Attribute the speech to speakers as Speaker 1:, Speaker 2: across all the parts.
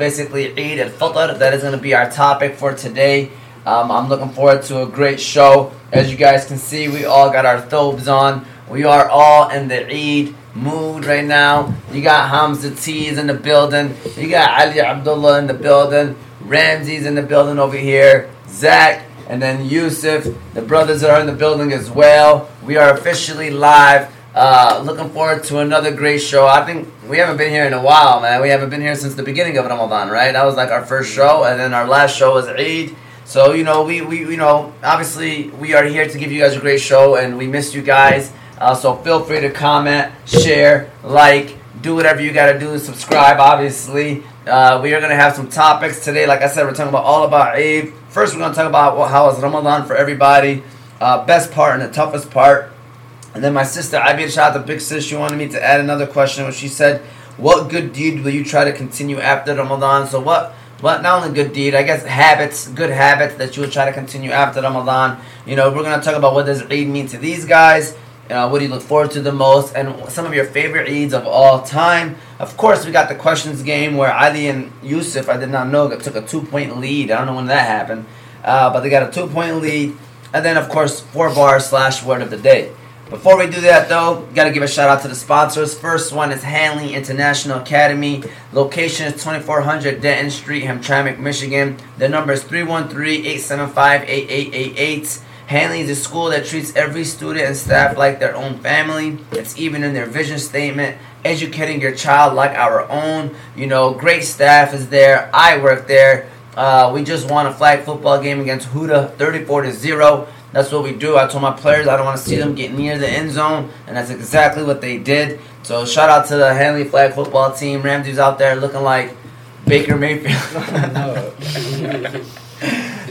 Speaker 1: basically Eid al Fitr. That is going to be our topic for today. Um, I'm looking forward to a great show. As you guys can see, we all got our thobes on. We are all in the Eid mood right now. You got Hamza T's in the building. You got Ali Abdullah in the building. Ramsey's in the building over here. Zach and then Yusuf. The brothers are in the building as well. We are officially live. Uh, looking forward to another great show. I think we haven't been here in a while, man. We haven't been here since the beginning of Ramadan, right? That was like our first show, and then our last show was Eid. So you know, we we you know, obviously we are here to give you guys a great show, and we miss you guys. Uh, so feel free to comment, share, like, do whatever you gotta do. Subscribe, obviously. Uh, we are gonna have some topics today. Like I said, we're talking about all about Eid. First, we're gonna talk about what, how is Ramadan for everybody, uh, best part and the toughest part. And then my sister, Abir Shah, the big sis, she wanted me to add another question, which she said, "What good deed will you try to continue after Ramadan?" So what? What not only good deed, I guess habits, good habits that you would try to continue after Ramadan. You know, we're gonna talk about what does Eid mean to these guys. Uh, what do you look forward to the most, and some of your favorite Eids of all time. Of course, we got the questions game where Ali and Yusuf, I did not know, got- took a two point lead. I don't know when that happened, uh, but they got a two point lead. And then, of course, four bar slash word of the day. Before we do that, though, got to give a shout out to the sponsors. First one is Hanley International Academy. Location is 2400 Denton Street, Hamtramck, Michigan. The number is 313 875 8888. Hanley is a school that treats every student and staff like their own family. It's even in their vision statement educating your child like our own. You know, great staff is there. I work there. Uh, we just won a flag football game against Huda 34 to 0. That's what we do. I told my players I don't want to see them get near the end zone, and that's exactly what they did. So shout out to the Hanley flag football team. Ramsey's out there looking like Baker Mayfield.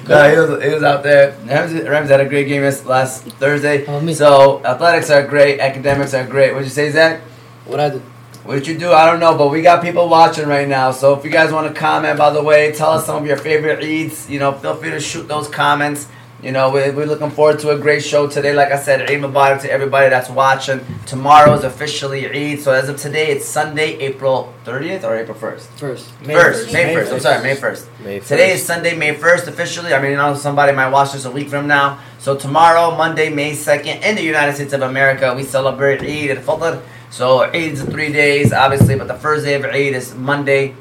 Speaker 1: No, he was, he was out there. Rams, Rams had a great game this- last Thursday.
Speaker 2: Oh, me.
Speaker 1: So athletics are great, academics are great. What'd you say, Zach?
Speaker 2: What I do?
Speaker 1: What did you do? I don't know, but we got people watching right now. So if you guys want to comment, by the way, tell us some of your favorite eats. You know, feel free to shoot those comments. You know, we're, we're looking forward to a great show today. Like I said, Eid Mubarak to everybody that's watching. Tomorrow is officially Eid. So as of today, it's Sunday, April 30th or April 1st?
Speaker 2: First.
Speaker 1: First, May 1st. I'm sorry, May 1st.
Speaker 3: May
Speaker 1: Today is Sunday, May 1st, officially. I mean, you know, somebody might watch this a week from now. So, tomorrow, Monday, May 2nd, in the United States of America, we celebrate Eid al Fitr. So, Eid is three days, obviously, but the first day of Eid is Monday,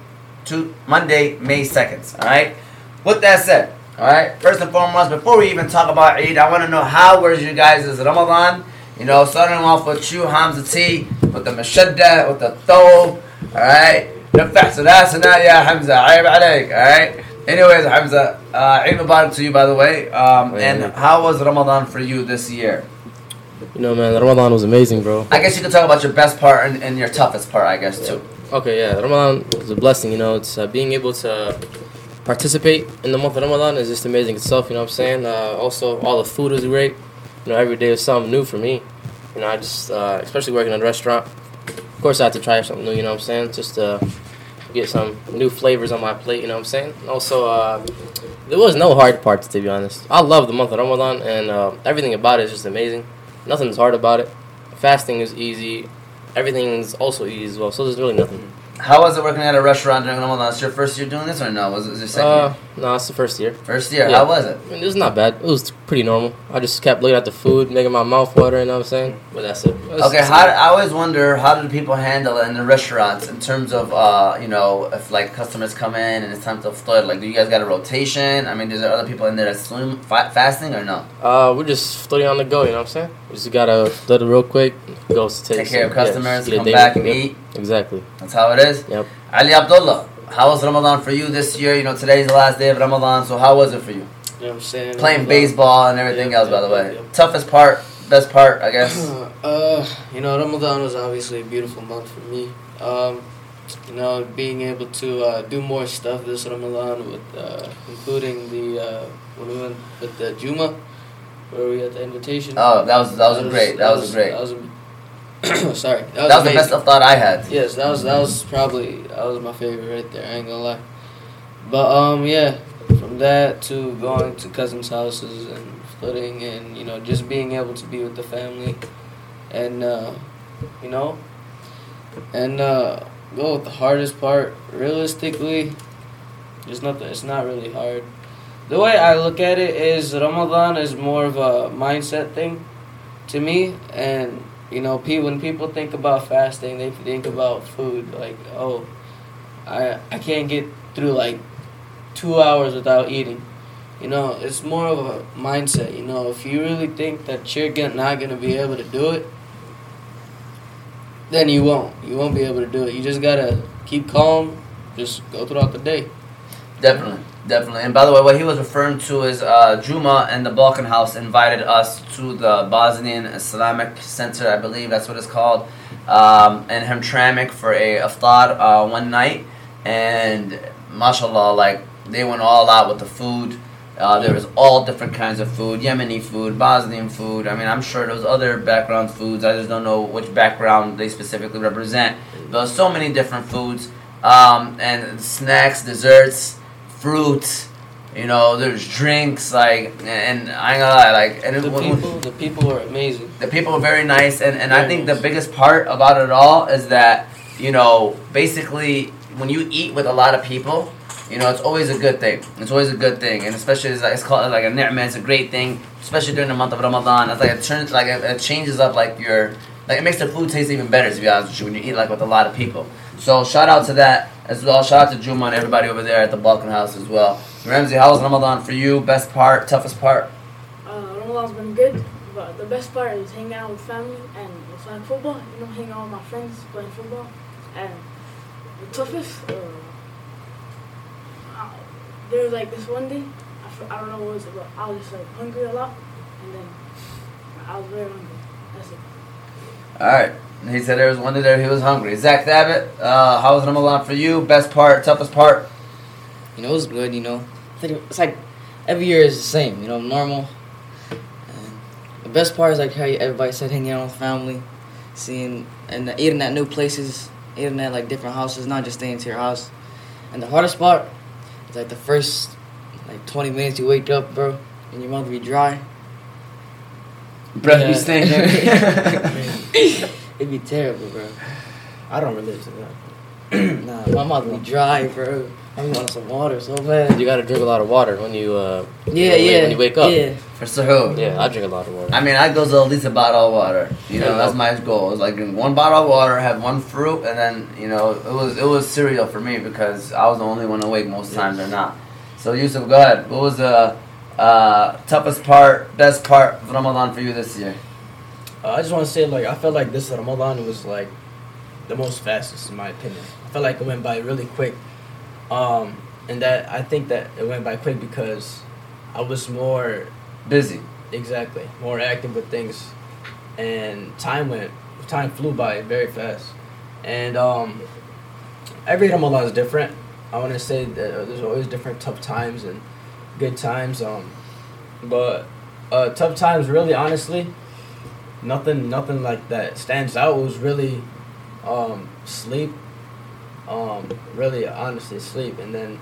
Speaker 1: to Monday, May 2nd. All right? With that said, all right, first and foremost, before we even talk about Eid, I want to know how was your guys' Ramadan? You know, starting off with you, Hamza T, with the mashadda, with the thobe, all right? نفحت راسنا يا حمزة عيب عليك all right anyways Hamza uh, عيد مبارك to you by the way um, and how was Ramadan for you this year
Speaker 3: You know, man, Ramadan was amazing, bro.
Speaker 1: I guess you could talk about your best part and, and your toughest part I guess too
Speaker 3: Okay, yeah, Ramadan was a blessing. You know, it's uh, being able to participate in the month of Ramadan is just amazing itself. You know what I'm saying? Uh, also, all the food was great. You know, every day was something new for me. You know, I just, uh, especially working in a restaurant, of course I had to try something new. You know what I'm saying? Just to get some new flavors on my plate. You know what I'm saying? Also, uh, there was no hard parts to be honest. I love the month of Ramadan and uh, everything about it is just amazing. Nothing's hard about it. Fasting is easy. Everything's also easy as well. So there's really nothing.
Speaker 1: how was it working at a restaurant during Ramadan it's your first year doing this or no was it your second
Speaker 3: Uh,
Speaker 1: year?
Speaker 3: no, it's the first year.
Speaker 1: first year
Speaker 3: yeah.
Speaker 1: how was it
Speaker 3: I mean, it was not bad. It was pretty normal. I just kept looking at the food, making my mouth water. You know what I'm saying? But that's it. It was-
Speaker 1: Okay, how, I always wonder how do people handle it in the restaurants in terms of uh, you know if like customers come in and it's time to flood. Like, do you guys got a rotation? I mean, is there other people in there that's swim, fa- fasting or no?
Speaker 3: Uh, we're just floating on the go. You know what I'm saying? We just gotta let it real quick. Go to
Speaker 1: Take care of
Speaker 3: some- yeah, just
Speaker 1: customers,
Speaker 3: get a
Speaker 1: come
Speaker 3: day-
Speaker 1: back and
Speaker 3: yep,
Speaker 1: eat.
Speaker 3: Exactly.
Speaker 1: That's how it is.
Speaker 3: Yep.
Speaker 1: Ali Abdullah, how was Ramadan for you this year? You know, today's the last day of Ramadan, so how was it for you?
Speaker 2: You know what I'm saying?
Speaker 1: Playing baseball and everything
Speaker 2: Yep,
Speaker 1: else, by
Speaker 2: yep,
Speaker 1: the way.
Speaker 2: yep, yep.
Speaker 1: Toughest part, best part, I guess.
Speaker 2: uh, you know, Ramadan was obviously a beautiful month for me. Um, you know, being able to uh, do more stuff this Ramadan, with uh, including the uh, when we went with the Juma, where we had the invitation.
Speaker 1: Oh, that was that was great. That was great.
Speaker 2: That was, sorry. That was,
Speaker 1: That was the
Speaker 2: amazing.
Speaker 1: best of thought I had.
Speaker 2: Yes, that was that was probably that was my favorite right there. I ain't gonna lie. But um, yeah, from that to going to cousins' houses and flirting and you know just being able to be with the family, and uh, you know, and uh, go with the hardest part. Realistically, There's nothing. It's not really hard. The way I look at it is Ramadan is more of a mindset thing to me, and you know, pe- when people think about fasting, they think about food. Like, oh, I I can't get through like two hours without eating. You know, it's more of a mindset. You know, if you really think that you're gonna, not gonna be able to do it, then you won't. You won't be able to do it. You just gotta keep calm. Just go throughout the day.
Speaker 1: Definitely, definitely. And by the way, what he was referring to is uh, Juma and the Balkan House invited us to the Bosnian Islamic Center, I believe that's what it's called, um, in Hamtramck for a iftar uh, one night. And mashallah, like they went all out with the food. Uh, there was all different kinds of food: Yemeni food, Bosnian food. I mean, I'm sure there was other background foods. I just don't know which background they specifically represent. There was so many different foods um, and snacks, desserts fruits. You know, there's drinks like, and I ain't gonna lie, like, and
Speaker 2: The
Speaker 1: it, when-
Speaker 2: people, the people are amazing.
Speaker 1: the people were very nice, and, and I
Speaker 2: Very
Speaker 1: think
Speaker 2: nice.
Speaker 1: the biggest part about it all is that you know, basically, when you eat with a lot of people, you know, it's always a good thing. It's always a good thing, and especially it's, like, it's called like a ni'mah. It's a great thing, especially during the month of Ramadan. It's like it turns like it, it changes up like your like it makes the food taste even better. To be honest with you, when you eat like with a lot of people. So shout out to that as well. Shout out to Juma and everybody over there at the Balkan House as well. Ramsey, how was Ramadan for you? Best part, toughest part?
Speaker 4: Uh, Ramadan's been good, but the best part is hanging out with family and playing football. You know, hanging out with my friends, playing football, and the toughest. Uh, uh, there was like this one day, I, f- I don't know what it was, but I was just like hungry a lot, and then I was very hungry. That's it.
Speaker 1: All right. He said there was one day there he was hungry. Zach Thabit, uh, how was Ramadan for you? Best part, toughest part?
Speaker 5: You know, it was good, you know. I think it's like every year is the same, you know, normal. And the best part is like how everybody said hanging out with family, seeing and eating at new places, eating at like different houses, not just staying to your house. And the hardest part is like the first like 20 minutes you wake up, bro, and your mouth be dry.
Speaker 1: Breath
Speaker 5: Yeah.
Speaker 1: be stinking.
Speaker 5: It'd be terrible, bro.
Speaker 3: I don't relate to that.
Speaker 5: Nah, my mouth be dry, bro. I want some water so bad.
Speaker 3: You gotta drink a lot of water when you uh
Speaker 5: Yeah,
Speaker 3: when you-
Speaker 5: yeah.
Speaker 3: when you wake up.
Speaker 5: Yeah.
Speaker 1: for Sahur.
Speaker 3: yeah. I drink a lot of water.
Speaker 1: I mean, I go to at least a bottle of water. You know,
Speaker 3: Yeah.
Speaker 1: that's my goal. It's like drink one bottle of water, have one fruit, and then you know it was it was cereal for me because I was the only one awake most times or not. So Yusuf, go ahead. What was the uh, toughest part, best part of Ramadan for you this year?
Speaker 6: Uh, I just want to say, like, I felt like this Ramadan was like the most fastest, in my opinion. I felt like it went by really quick, um, and that I think that it went by quick because I was more
Speaker 1: Busy.
Speaker 6: exactly more active with things, and time went time flew by very fast, and um, every Ramadan is different. I want to say that there's always different tough times and good times. Um, but uh, tough times, really, honestly, nothing, nothing like that stands out. It was really um, sleep, um, really, honestly, sleep, and then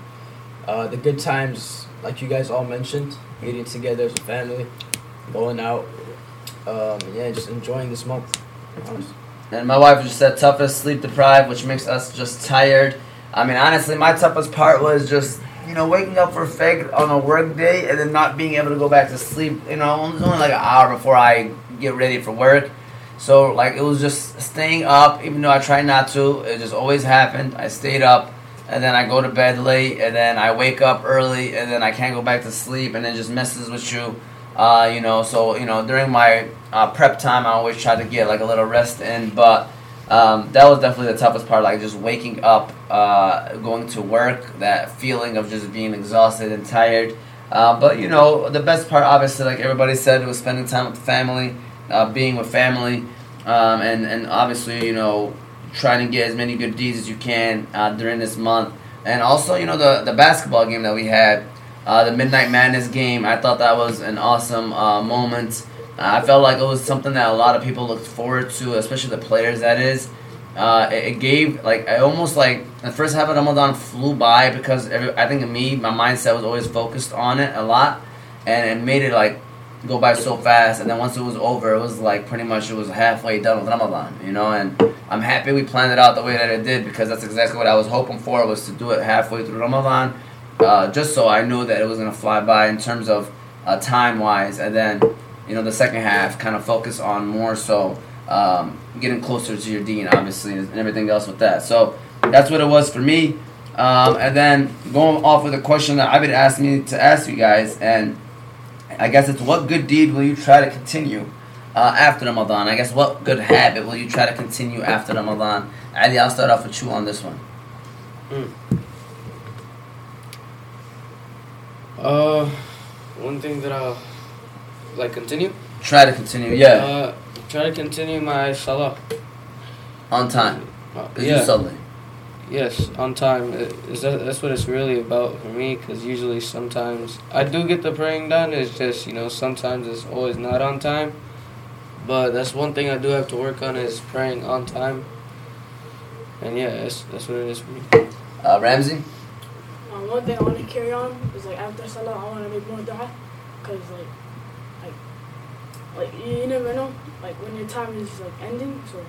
Speaker 6: uh, the good times, like you guys all mentioned, eating together as a family, going out, um, yeah, just enjoying this month. honestly.
Speaker 1: And my wife just said toughest sleep deprived, which makes us just tired. I mean, honestly, my toughest part was just you know waking up for fajr on a work day and then not being able to go back to sleep. You know, it was only like an hour before I get ready for work. So like it was just staying up, even though I try not to. It just always happened. I stayed up, and then I go to bed late, and then I wake up early, and then I can't go back to sleep, and it just messes with you. Uh, you know, so you know during my uh, prep time, I always try to get like a little rest in, but. Um, that was definitely the toughest part, like just waking up, uh, going to work, that feeling of just being exhausted and tired. Uh, but you know, the best part, obviously, like everybody said, was spending time with family, uh, being with family, um, and and obviously, you know, trying to get as many good deeds as you can uh, during this month. And also, you know, the the basketball game that we had, uh, the Midnight Madness game. I thought that was an awesome uh, moment. I felt like it was something that a lot of people looked forward to, especially the players. That is, uh, it, it gave like I almost like the first half of Ramadan flew by because every, I think me my mindset was always focused on it a lot, and it made it like go by so fast. And then once it was over, it was like pretty much it was halfway done with Ramadan, you know. And I'm happy we planned it out the way that it did because that's exactly what I was hoping for was to do it halfway through Ramadan uh, just so I knew that it was gonna fly by in terms of uh, time wise, and then you know the second half kind of focus on more so um, getting closer to your dean, obviously, and everything else with that. So that's what it was for me. Um, and then going off with a question that I've been asking me to ask you guys, and I guess it's what good deed will you try to continue uh, after Ramadan? I guess what good habit will you try to continue after Ramadan? Ali, I'll start off with you on this one.
Speaker 2: Uh, one thing that I'll like continue.
Speaker 1: Try to continue, yeah,
Speaker 2: Uh, try to continue my salah.
Speaker 1: on time.
Speaker 2: Uh,
Speaker 1: 'Cause you
Speaker 2: yeah.
Speaker 1: suddenly.
Speaker 2: Yes, on time. It- Is that that's what it's really about for me? Because usually, sometimes I do get the praying done. It's just you know sometimes it's always not on time. But that's one thing I do have to work on is praying on time. And yeah, that's that's what it is for me.
Speaker 1: Uh, Ramsey?
Speaker 4: Um, one thing I want to carry on is like after Salah, I want to make more dua, cause like, like, like you, you never know, like when your time is like ending, so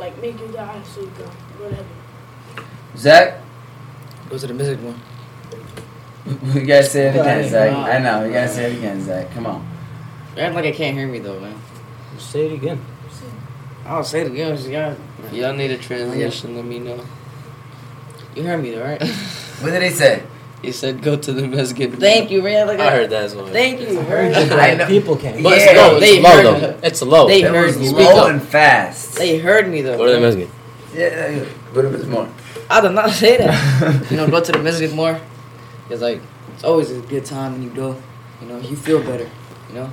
Speaker 4: like make your dua so you can go to heaven.
Speaker 1: Zach?
Speaker 5: Go to the music one.
Speaker 1: We gotta say it again,
Speaker 5: Right.
Speaker 1: Zach. I know, we gotta say it again, Zach. Come on.
Speaker 5: You act like I can't hear me though, man.
Speaker 6: Say it again.
Speaker 5: I'll say it again. Just, yeah.
Speaker 2: If y'all need a translation, let me know.
Speaker 5: You heard me though, right?
Speaker 1: What did he say?
Speaker 2: He said, "Go to the masjid."
Speaker 5: Thank you, man. Like,
Speaker 3: I heard that as well.
Speaker 5: Thank you.
Speaker 1: you.
Speaker 5: man.
Speaker 1: I know.
Speaker 6: people can.
Speaker 3: But
Speaker 1: Yeah,
Speaker 3: it's low.
Speaker 5: they
Speaker 3: It's low
Speaker 5: heard
Speaker 3: though.
Speaker 5: it.
Speaker 3: It's low.
Speaker 5: They
Speaker 1: it
Speaker 5: heard
Speaker 1: was
Speaker 5: me. Speak
Speaker 1: low
Speaker 5: up.
Speaker 1: and fast.
Speaker 5: They heard me though.
Speaker 3: What are they missing?
Speaker 1: Yeah, yeah, but it was more.
Speaker 5: I did not say that. you know, go to the masjid more. It's like it's always a good time when you go. You know, you feel better. You know.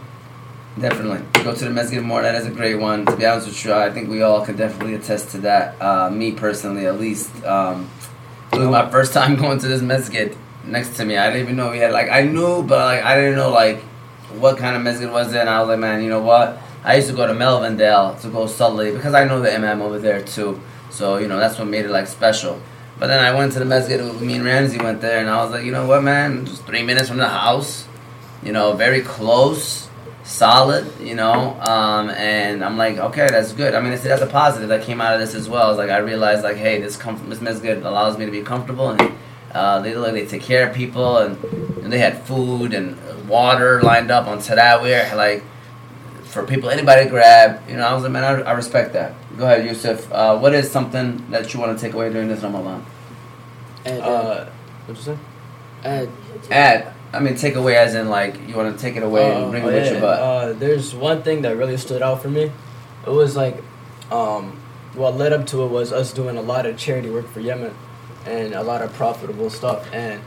Speaker 1: Definitely. Go to the Mezgit more. That is a great one. To be honest with you, I think we all can definitely attest to that. Uh, me personally, at least. Um, it was my first time going to this Mezgit next to me. I didn't even know we had, like, I knew, but, like, I didn't know, like, what kind of Mezgit was it. And I was like, man, you know what? I used to go to Melvindale to go Sully because I know the Imam over there, too. So, you know, that's what made it, like, special. But then I went to the Mezgit. Me and Ramsey went there, and I was like, you know what, man? Just three minutes from the house. You know, very close solid, you know, um, and I'm like, okay, that's good. I mean, it's, that's a positive that came out of this as well. It's like I realized, like, hey, this comfort, this is good. It allows me to be comfortable, and uh, they like they take care of people, and, and they had food and water lined up on Tadawi, like for people anybody to grab. You know, I was like, man, I, I respect that. Go ahead, Yusuf. Uh, what is something that you want to take away during this Ramadan?
Speaker 5: And, uh,
Speaker 6: Uh, what'd you say?
Speaker 5: uh,
Speaker 1: Add, I mean, take away as in like you want to take it away
Speaker 6: Oh,
Speaker 1: and bring
Speaker 6: oh,
Speaker 1: it with
Speaker 6: yeah.
Speaker 1: you, but
Speaker 6: Uh, there's one thing that really stood out for me. It was like, um, what led up to it was us doing a lot of charity work for Yemen, and a lot of profitable stuff. And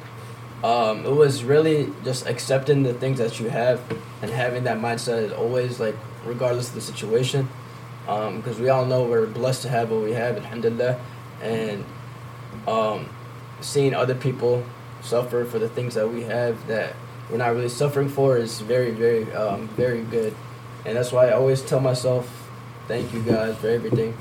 Speaker 6: um, it was really just accepting the things that you have, and having that mindset is always like, regardless of the situation, because we all know we're blessed to have what we have, alhamdulillah, and um, seeing other people suffer for the things that we have that we're not really suffering for is very, very, um, very good. And that's why I always tell myself, thank you guys for everything,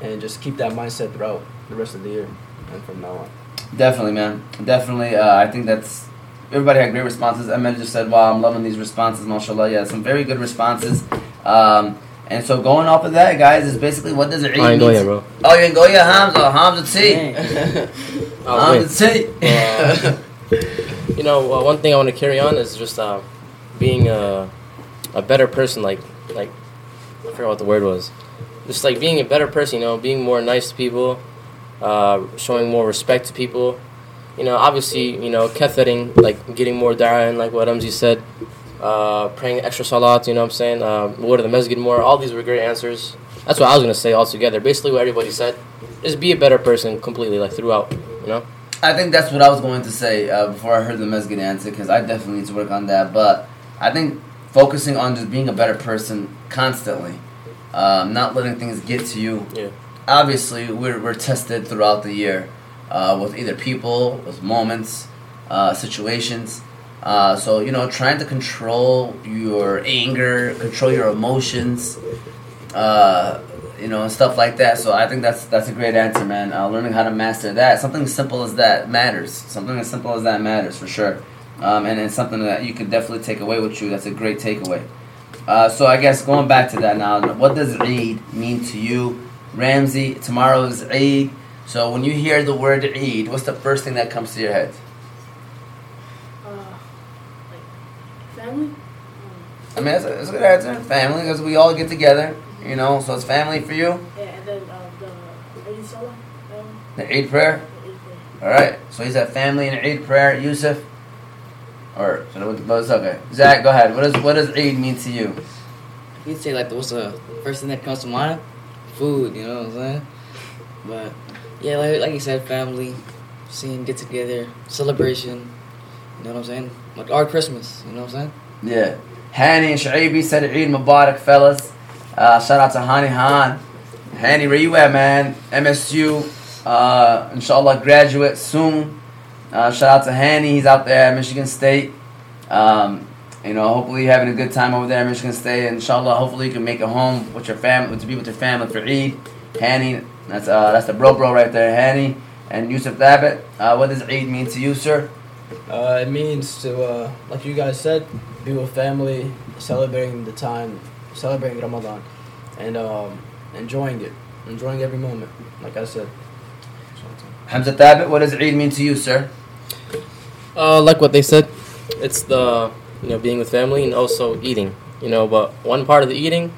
Speaker 6: and just keep that mindset throughout the rest of the year and from now on.
Speaker 1: Definitely, man. Definitely. Uh, I think that's everybody had great responses. Ahmed just said, "Wow, I'm loving these responses, mashallah." Yeah, some very good responses. Um, and so going off of that, guys, is basically what does it
Speaker 3: I
Speaker 1: mean?
Speaker 3: ain't going yet, bro.
Speaker 1: Oh, you ain't go yet, Hamza. Hamza T.
Speaker 3: I'll Oh, wait.
Speaker 1: Hamza T.
Speaker 3: Uh, you know, uh, one thing I want to carry on is just uh, being a, a better person. Like, like I forgot what the word was. Just like being a better person. You know, being more nice to people, uh, showing more respect to people. You know, obviously, you know, kethering, like getting more da'ah and like what Ramzi said, uh, praying extra salat. You know what I'm saying? Uh, go to the masjid more. All these were great answers. That's what I was gonna say altogether. Basically, what everybody said. Just be a better person completely, like throughout. You know.
Speaker 1: I think that's what I was going to say uh, before I heard the Mezgit answer because I definitely need to work on that. But I think focusing on just being a better person constantly, um, not letting things get to you.
Speaker 3: Yeah.
Speaker 1: Obviously, we're, we're tested throughout the year uh, with either people, with moments, uh, situations. Uh, so, you know, trying to control your anger, control your emotions, uh, you know, and stuff like that. So I think that's that's a great answer, man. Uh, learning how to master that, something as simple as that matters. Something as simple as that matters for sure, um, and it's something that you could definitely take away with you. That's a great takeaway. Uh, so I guess going back to that now, what does Eid mean to you, Ramsey? Tomorrow is Eid. So when you hear the word Eid, what's the first thing that comes to your head?
Speaker 4: uh, like family. Um,
Speaker 1: I mean, that's a, that's a good answer. Family, because we all get together, you know. So it's family for you.
Speaker 4: yeah, and then uh, the Eid Salah. Um,
Speaker 1: The Eid prayer. All right. So he's at family and Eid prayer. Yusuf, or should I went to both? Okay. Zach, go ahead. What does what does Eid mean to you?
Speaker 5: You'd say like what's the first thing that comes to mind? Food, you know what I'm saying? But yeah, like like you said, family, seeing get together, celebration, you know what I'm saying? Like our Christmas, you know what I'm saying?
Speaker 1: Yeah. Hani and Shaibi said Eid Mubarak, fellas. Uh, shout out to Hani Han. Hani, where you at, man? MSU, uh, inshallah, graduate soon. Uh, shout out to Hani. He's out there at Michigan State. Um, you know, hopefully you're having a good time over there at Michigan State. Inshallah, hopefully you can make it home with your family, to be with your family for Eid. Hani, that's uh, that's the bro bro right there, Hani. And Yusuf Thabit, uh, what does Eid mean to you, sir?
Speaker 6: Uh, it means to, uh, like you guys said, be with family, celebrating the time, celebrating Ramadan, and um, enjoying it, enjoying every moment. Like I said.
Speaker 1: Hamza Thabit, what does Eid mean to you, sir?
Speaker 3: Uh, like what they said, it's the you know being with family and also eating. You know, but one part of the eating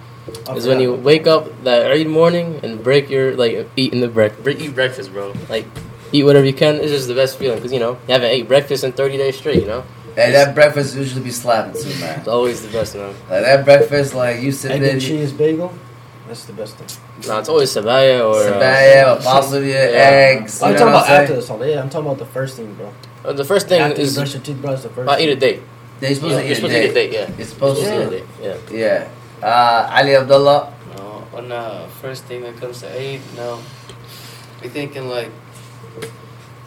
Speaker 3: is when you wake up that early morning and break your like eat in the break break eat breakfast, bro. Like eat whatever you can. It's just the best feeling because you know you haven't ate breakfast in thirty days straight. You know,
Speaker 1: Hey, that breakfast usually be slapping too, man.
Speaker 3: it's always the best, man.
Speaker 1: Like that breakfast, like you sit
Speaker 6: Egg
Speaker 1: there,
Speaker 6: and
Speaker 1: you-
Speaker 6: cheese bagel. That's the best thing.
Speaker 3: No, it's always sabaya or uh,
Speaker 1: sabaya, or pasulya, eggs. You
Speaker 6: I'm
Speaker 1: know
Speaker 6: talking
Speaker 1: what
Speaker 6: about
Speaker 1: I'm
Speaker 6: after
Speaker 1: saying?
Speaker 6: the salah. Yeah, I'm talking about the first thing, bro.
Speaker 3: uh, the first thing
Speaker 6: after you
Speaker 3: is
Speaker 6: brush your teeth, bro. Is the first.
Speaker 3: I eat a date.
Speaker 1: They're supposed
Speaker 3: Yeah,
Speaker 1: to eat
Speaker 3: you're
Speaker 1: a
Speaker 3: supposed to eat a
Speaker 1: date.
Speaker 3: date. Yeah,
Speaker 1: It's supposed
Speaker 3: You're
Speaker 1: to.
Speaker 3: supposed to eat a date,
Speaker 1: Yeah. Uh, Ali Abdullah.
Speaker 2: No, on the first thing that comes to aid, no. We thinking like,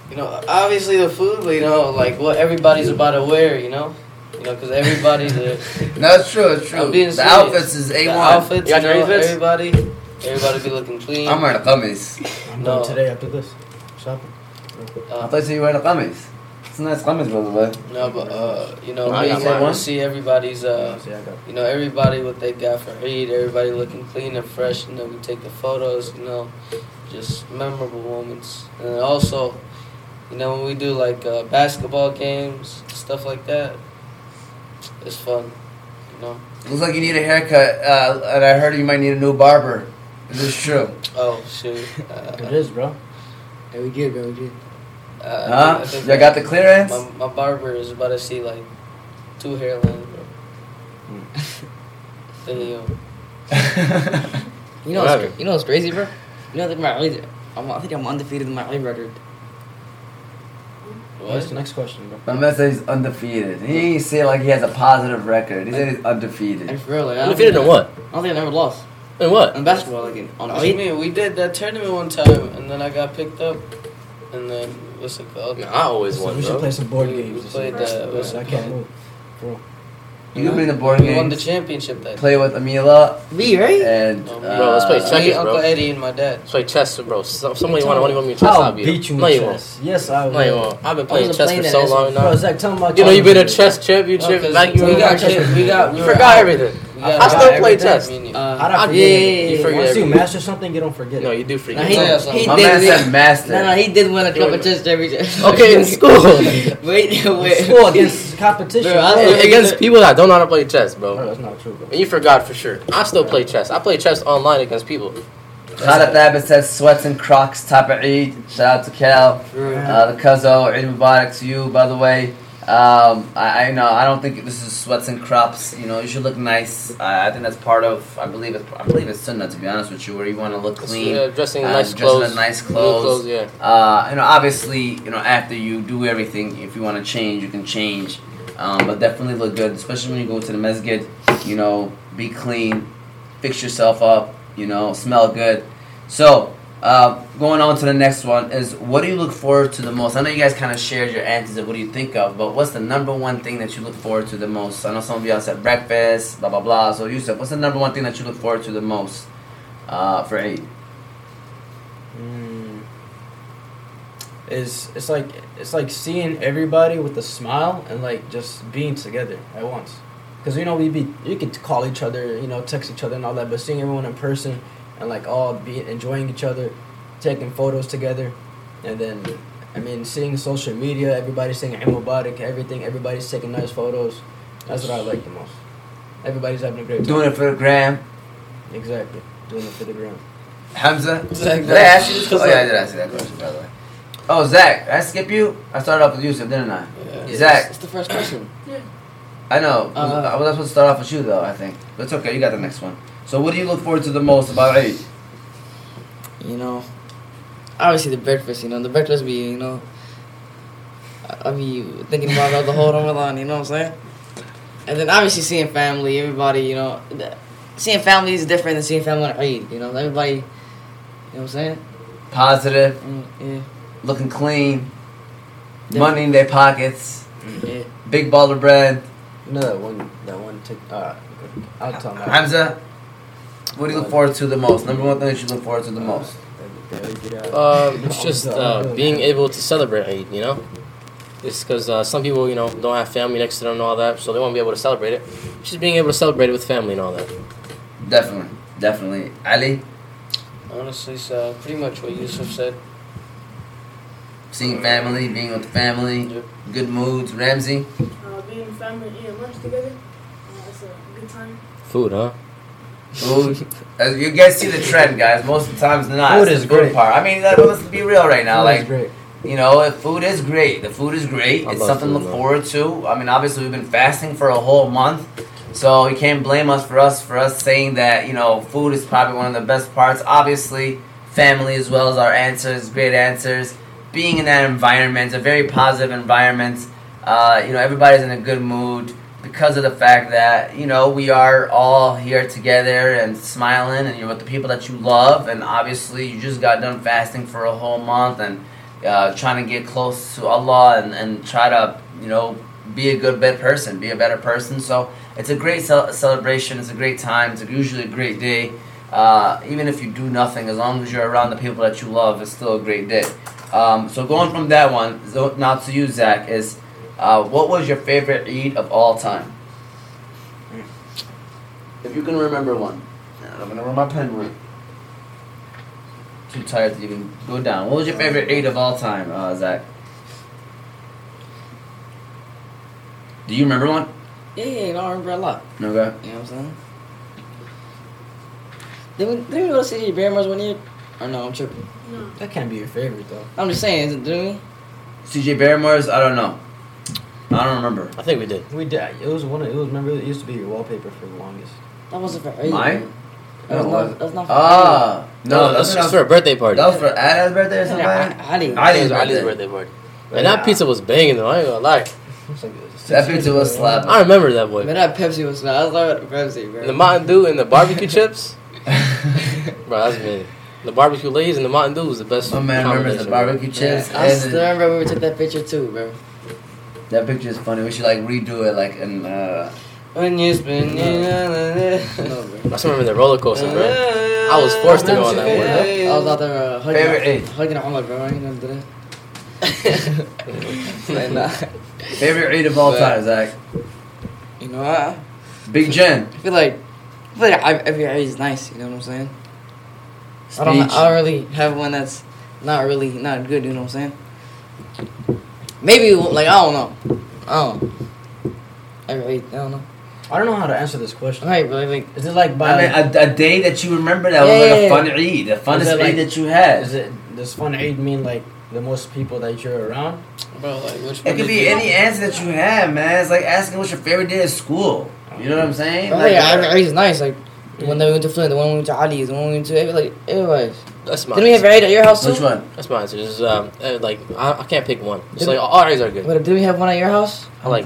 Speaker 2: you know, obviously the food, but you know, like what everybody's about to wear, you know, you know, because everybody the,
Speaker 1: No, it's true. It's true.
Speaker 2: I'm being
Speaker 1: The
Speaker 2: serious.
Speaker 1: outfits is
Speaker 2: the
Speaker 1: a one.
Speaker 2: outfits,
Speaker 3: You
Speaker 2: you
Speaker 3: got your
Speaker 2: know,
Speaker 3: outfits?
Speaker 2: everybody, everybody be looking clean.
Speaker 1: I'm wearing a qamis.
Speaker 6: I'm
Speaker 2: No.
Speaker 6: going today after this. Shopping.
Speaker 1: I
Speaker 2: uh,
Speaker 1: thought you said you were wearing a qamis. It's a nice qamis, by the way.
Speaker 2: no, but uh, you know,
Speaker 1: No, I
Speaker 2: we
Speaker 1: got
Speaker 2: want
Speaker 1: mine.
Speaker 2: to see everybody's uh,
Speaker 6: See, I got
Speaker 2: you know, everybody what they got for Eid, everybody looking clean and fresh, and then we take the photos, you know, just memorable moments. And then also, you know, when we do like uh, basketball games, stuff like that, it's fun, you know.
Speaker 1: Looks like you need a haircut, uh, and I heard you might need a new barber. Is this true?
Speaker 2: Oh, shoot.
Speaker 6: it
Speaker 2: Uh,
Speaker 6: is, bro.
Speaker 5: Yeah, we good, bro, we good.
Speaker 2: uh,
Speaker 1: Huh?
Speaker 2: I think
Speaker 1: Y'all got the clearance?
Speaker 2: My, my barber is about to see like two hairlines, bro. Damn.
Speaker 5: You know,
Speaker 3: Whatever.
Speaker 5: what's, you know what's crazy, bro? You know, I think my I'm, I think I'm undefeated in my league record.
Speaker 6: What's the
Speaker 2: What?
Speaker 6: next question, bro?
Speaker 1: My man said he's undefeated. He ain't say like he has a positive record. He said he's
Speaker 5: And
Speaker 1: undefeated.
Speaker 5: for real, like, I
Speaker 3: yeah.
Speaker 5: don't
Speaker 3: Undefeated
Speaker 5: think
Speaker 3: in
Speaker 5: I-
Speaker 3: what?
Speaker 5: I don't think I never lost
Speaker 3: In what?
Speaker 5: in basketball. Like in, on
Speaker 2: What do you
Speaker 5: Eid.
Speaker 2: mean? We did that tournament one time, and then I got picked up, and then what's it called?
Speaker 3: Man, I always
Speaker 6: So
Speaker 3: won,
Speaker 6: we should
Speaker 3: bro.
Speaker 6: play some board
Speaker 2: We- we
Speaker 6: games. or
Speaker 2: played,
Speaker 6: something.
Speaker 2: uh, what's
Speaker 6: I
Speaker 2: it
Speaker 6: can't
Speaker 2: called?
Speaker 6: move, bro.
Speaker 1: You can bring the board
Speaker 2: We won the
Speaker 1: games.
Speaker 2: championship that
Speaker 1: Play with Amila
Speaker 5: Me, right?
Speaker 1: and
Speaker 2: No,
Speaker 1: uh,
Speaker 2: bro,
Speaker 3: let's play
Speaker 2: day.
Speaker 3: check
Speaker 2: Me,
Speaker 3: it, bro.
Speaker 2: Uncle Eddie and my dad.
Speaker 3: Play chess, bro. So, somebody want to want to me chess?
Speaker 6: I'll
Speaker 3: beat
Speaker 6: beat you
Speaker 3: No,
Speaker 6: in
Speaker 3: you won't.
Speaker 6: chess. Yes, I will.
Speaker 3: No, you won't. I've been playing
Speaker 5: wasn't
Speaker 3: chess
Speaker 5: playing
Speaker 3: for
Speaker 5: it
Speaker 3: so
Speaker 5: as a-
Speaker 3: long
Speaker 6: Bro,
Speaker 3: now.
Speaker 6: Zach, tell him about
Speaker 3: You know, you've been a
Speaker 6: challenges.
Speaker 3: chess championship.
Speaker 2: No, 'cause
Speaker 3: back you
Speaker 2: we
Speaker 3: were-
Speaker 2: got chess. We got.
Speaker 3: You
Speaker 2: we were
Speaker 3: forgot
Speaker 2: out.
Speaker 3: everything.
Speaker 2: We
Speaker 3: I
Speaker 2: got
Speaker 3: still
Speaker 2: out.
Speaker 3: play
Speaker 2: Everything,
Speaker 3: chess.
Speaker 2: me and you.
Speaker 5: Uh,
Speaker 6: I
Speaker 3: I-
Speaker 6: don't forget.
Speaker 3: Ah, yeah,
Speaker 6: it.
Speaker 3: yeah, yeah, yeah.
Speaker 6: Once you
Speaker 3: Forget
Speaker 6: master something, you don't forget.
Speaker 3: No,
Speaker 6: it.
Speaker 3: you do freak
Speaker 5: No,
Speaker 3: out.
Speaker 5: he,
Speaker 2: Tell us
Speaker 5: he
Speaker 1: my
Speaker 5: did
Speaker 1: man
Speaker 5: win.
Speaker 1: said master.
Speaker 5: No, no, he did win a cup of chest every
Speaker 3: Okay, in school.
Speaker 5: wait,
Speaker 6: You
Speaker 5: wait.
Speaker 6: school against competition.
Speaker 5: Bro, I-
Speaker 6: bro.
Speaker 5: Yeah.
Speaker 3: Against people that don't know how to play chess,
Speaker 6: Bro,
Speaker 3: bro.
Speaker 6: that's not true, bro.
Speaker 3: And you forgot for sure. I still play chess. I play chess online against people.
Speaker 1: Khalid Thabit says sweats and crocs, top of Eid. Shout out to Cal. Uh, the Cuzzo, Eid Mubarak to you, by the way. Um, I, I know, I don't think this is sweats and crops. You know, you should look nice. I, I think that's part of, I believe it's, I believe it's sunnah, to be honest with you, where you want to look clean.
Speaker 3: Yeah, dressing in
Speaker 1: Uh,
Speaker 3: nice
Speaker 1: dressing
Speaker 3: clothes.
Speaker 1: in nice
Speaker 3: New
Speaker 1: clothes.
Speaker 3: yeah.
Speaker 1: Uh, you know, obviously, you know, after you do everything, if you want to change, you can change. Um, but definitely look good, especially when you go to the mezgid. You know, be clean, fix yourself up. You know, smell good. So, uh, going on to the next one is what do you look forward to the most? I know you guys kind of shared your answers of what do you think of, but what's the number one thing that you look forward to the most? I know some of y'all said breakfast, blah blah blah. So, Yusuf, what's the number one thing that you look forward to the most uh, for Eid?
Speaker 6: Mm. Is it's like it's like seeing everybody with a smile and like just being together at once. Cause you know we be you could call each other, you know, text each other and all that, but seeing everyone in person and like all be enjoying each other, taking photos together, and then I mean, seeing social media, everybody's saying Mubarak, everything, everybody's taking nice photos. That's what I like the most. Everybody's having a great time.
Speaker 1: Doing it for the gram.
Speaker 6: Exactly. Doing it for the gram.
Speaker 1: Hamza?
Speaker 5: Zach,
Speaker 1: Did I ask you this question? Oh, yeah, I did ask you that question, by the way. Oh, Zach, did I skip you? I started off with Yusuf, didn't I?
Speaker 2: Yeah.
Speaker 1: Zach.
Speaker 5: It's, it's the first question.
Speaker 1: I know.
Speaker 5: Uh,
Speaker 1: I was supposed to start off with you, though, I think. But it's okay, you got the next one. So, what do you look forward to the most about Eid?
Speaker 5: You know, obviously the breakfast. You know, the breakfast be you know. I- I be thinking about that the whole Ramadan. You know what I'm saying? And then obviously seeing family, everybody. You know, th- seeing family is different than seeing family on Eid. You know, everybody. You know what I'm saying?
Speaker 1: Positive,
Speaker 5: Mm, Yeah,
Speaker 1: looking clean,
Speaker 5: Yeah.
Speaker 1: money in their pockets,
Speaker 5: yeah.
Speaker 1: big ball of bread.
Speaker 6: You know that one, that one tick. Uh, I'll tell my.
Speaker 1: Hamza, what do you
Speaker 5: Uh,
Speaker 1: look forward to the most? Number one thing that you look forward to the most.
Speaker 3: Um, it's just uh, being able to celebrate Eid, you know? It's because uh, some people, you know, don't have family next to them and all that, so they won't be able to celebrate it. It's just being able to celebrate it with family and all that.
Speaker 1: Definitely, definitely. Ali,
Speaker 2: Honestly, it's uh, pretty much what Yusuf said.
Speaker 1: seeing family, being with family,
Speaker 2: Yep.
Speaker 1: good moods. Ramsey,
Speaker 4: Uh, being in family, eating lunch together. Uh, it's a good time.
Speaker 3: Food, huh?
Speaker 1: food. As you guys see the trend, guys. Most of the times not.
Speaker 6: Food
Speaker 1: It's
Speaker 6: is
Speaker 1: the good
Speaker 6: great.
Speaker 1: Part. I mean, that, let's be real right now. like
Speaker 6: great.
Speaker 1: You know, if food is great. The food is great.
Speaker 3: I
Speaker 1: it's
Speaker 3: love
Speaker 1: something to
Speaker 3: food,
Speaker 1: look
Speaker 3: man.
Speaker 1: forward to. I mean, obviously we've been fasting for a whole month, so you can't blame us for us for us saying that. You know, food is probably one of the best parts. Obviously, family as well as our answers, great answers. Being in that environment, a very positive environment. Uh, you know, everybody's in a good mood because of the fact that you know we are all here together and smiling, and you're with the people that you love, and obviously you just got done fasting for a whole month and uh, trying to get close to Allah and, and try to, you know, be a good bed person, be a better person. So it's a great cel- celebration. It's a great time. It's usually a great day. Uh, even if you do nothing, as long as you're around the people that you love, it's still a great day. Um, so going from that one, so now to you, Zach, is uh, what was your favorite Eid of all time? If you can remember one. I'm going to run my pen with too tired to even go down. What was your favorite eight of all time, uh, Zach? Do you remember one?
Speaker 5: Yeah, yeah, you know, I remember a lot.
Speaker 1: No, go.
Speaker 5: You know what I'm saying? Did we, did we go to City of Bearmars one year? Or no, I'm tripping.
Speaker 4: No.
Speaker 6: That can't be your favorite though.
Speaker 5: I'm just saying, is it, didn't we?
Speaker 1: CJ Barrymore's? I don't know. I don't remember.
Speaker 3: I think we did.
Speaker 6: We did. It was one. Of, it was remember. It used to be your wallpaper for the longest.
Speaker 5: That wasn't for Eid.
Speaker 1: Mine?
Speaker 5: Oh,
Speaker 1: No, it
Speaker 5: That was not, that was not for Eid.
Speaker 1: Ah, no,
Speaker 3: that's
Speaker 1: that's
Speaker 3: just
Speaker 1: not
Speaker 3: for a birthday party.
Speaker 1: That was for Adam's birthday or
Speaker 5: That's
Speaker 1: something.
Speaker 5: not for Eid.
Speaker 1: I- Ali's
Speaker 3: Ali's Ali's
Speaker 1: birthday.
Speaker 3: birthday party. And that pizza was banging though, I ain't gonna lie.
Speaker 6: It's like- it's
Speaker 1: That
Speaker 6: six years
Speaker 1: pizza was
Speaker 6: ago.
Speaker 1: slap.
Speaker 3: I remember that boy.
Speaker 5: Man, that Pepsi was not. I was like, Pepsi, bro.
Speaker 3: The Mountain Dew and the barbecue chips,
Speaker 1: My
Speaker 3: bro, that's me. The barbecue lays and the Mountain Dew was the best.
Speaker 1: man remembers the
Speaker 3: combination, bro.
Speaker 1: barbecue chips.
Speaker 5: I
Speaker 1: and
Speaker 5: still
Speaker 1: the-
Speaker 5: remember when we took that picture too, bro.
Speaker 1: that picture is funny. We should like redo it, like and uh,
Speaker 5: When you spin, you know, no, bro.
Speaker 3: I still remember the roller coaster, bro.
Speaker 5: I
Speaker 3: was forced to go on that one,
Speaker 5: I was out there uh, hugging,
Speaker 1: Favorite Eid.
Speaker 5: hugging Omar, bro. I ain't gonna do that. Like, nah.
Speaker 1: favorite eight of all
Speaker 5: But-
Speaker 1: time, Zach.
Speaker 5: You know, I,
Speaker 1: Big Jen.
Speaker 5: I feel like I feel like I, every area is nice. You know what I'm saying? I don't.
Speaker 1: Speech.
Speaker 5: I don't really have one that's not really not good. You know what I'm saying? Maybe like I don't know. I don't. know. I really I don't know.
Speaker 6: I don't know how to answer this question.
Speaker 5: All right, but I think
Speaker 6: Is it like by?
Speaker 1: I mean, a, a day that you remember that was
Speaker 5: Yeah,
Speaker 1: like
Speaker 5: yeah,
Speaker 1: a
Speaker 5: yeah.
Speaker 1: fun Eid, the funnest
Speaker 6: that
Speaker 1: Eid
Speaker 6: like-
Speaker 1: that you had.
Speaker 6: Is it does fun Eid mean like the most people that you're around?
Speaker 2: Bro, like, which
Speaker 1: It could
Speaker 2: one did
Speaker 1: be
Speaker 2: you-
Speaker 1: any answer that you had, man. It's like asking what's your favorite day of school. You know what I'm saying?
Speaker 5: Oh, I
Speaker 1: Like,
Speaker 5: think every area is nice. Like the one that we went to Flint, the one we went to Ali's, the one we went to every, like everybody's.
Speaker 3: That's my
Speaker 5: Didn't we have Eid at your house too?
Speaker 1: which one?
Speaker 3: That's my answer. Just, um, eh, like I, I can't pick one. It's
Speaker 5: Did
Speaker 3: like
Speaker 5: we-
Speaker 3: all eyes are good.
Speaker 5: But did we have one at your house?
Speaker 3: I like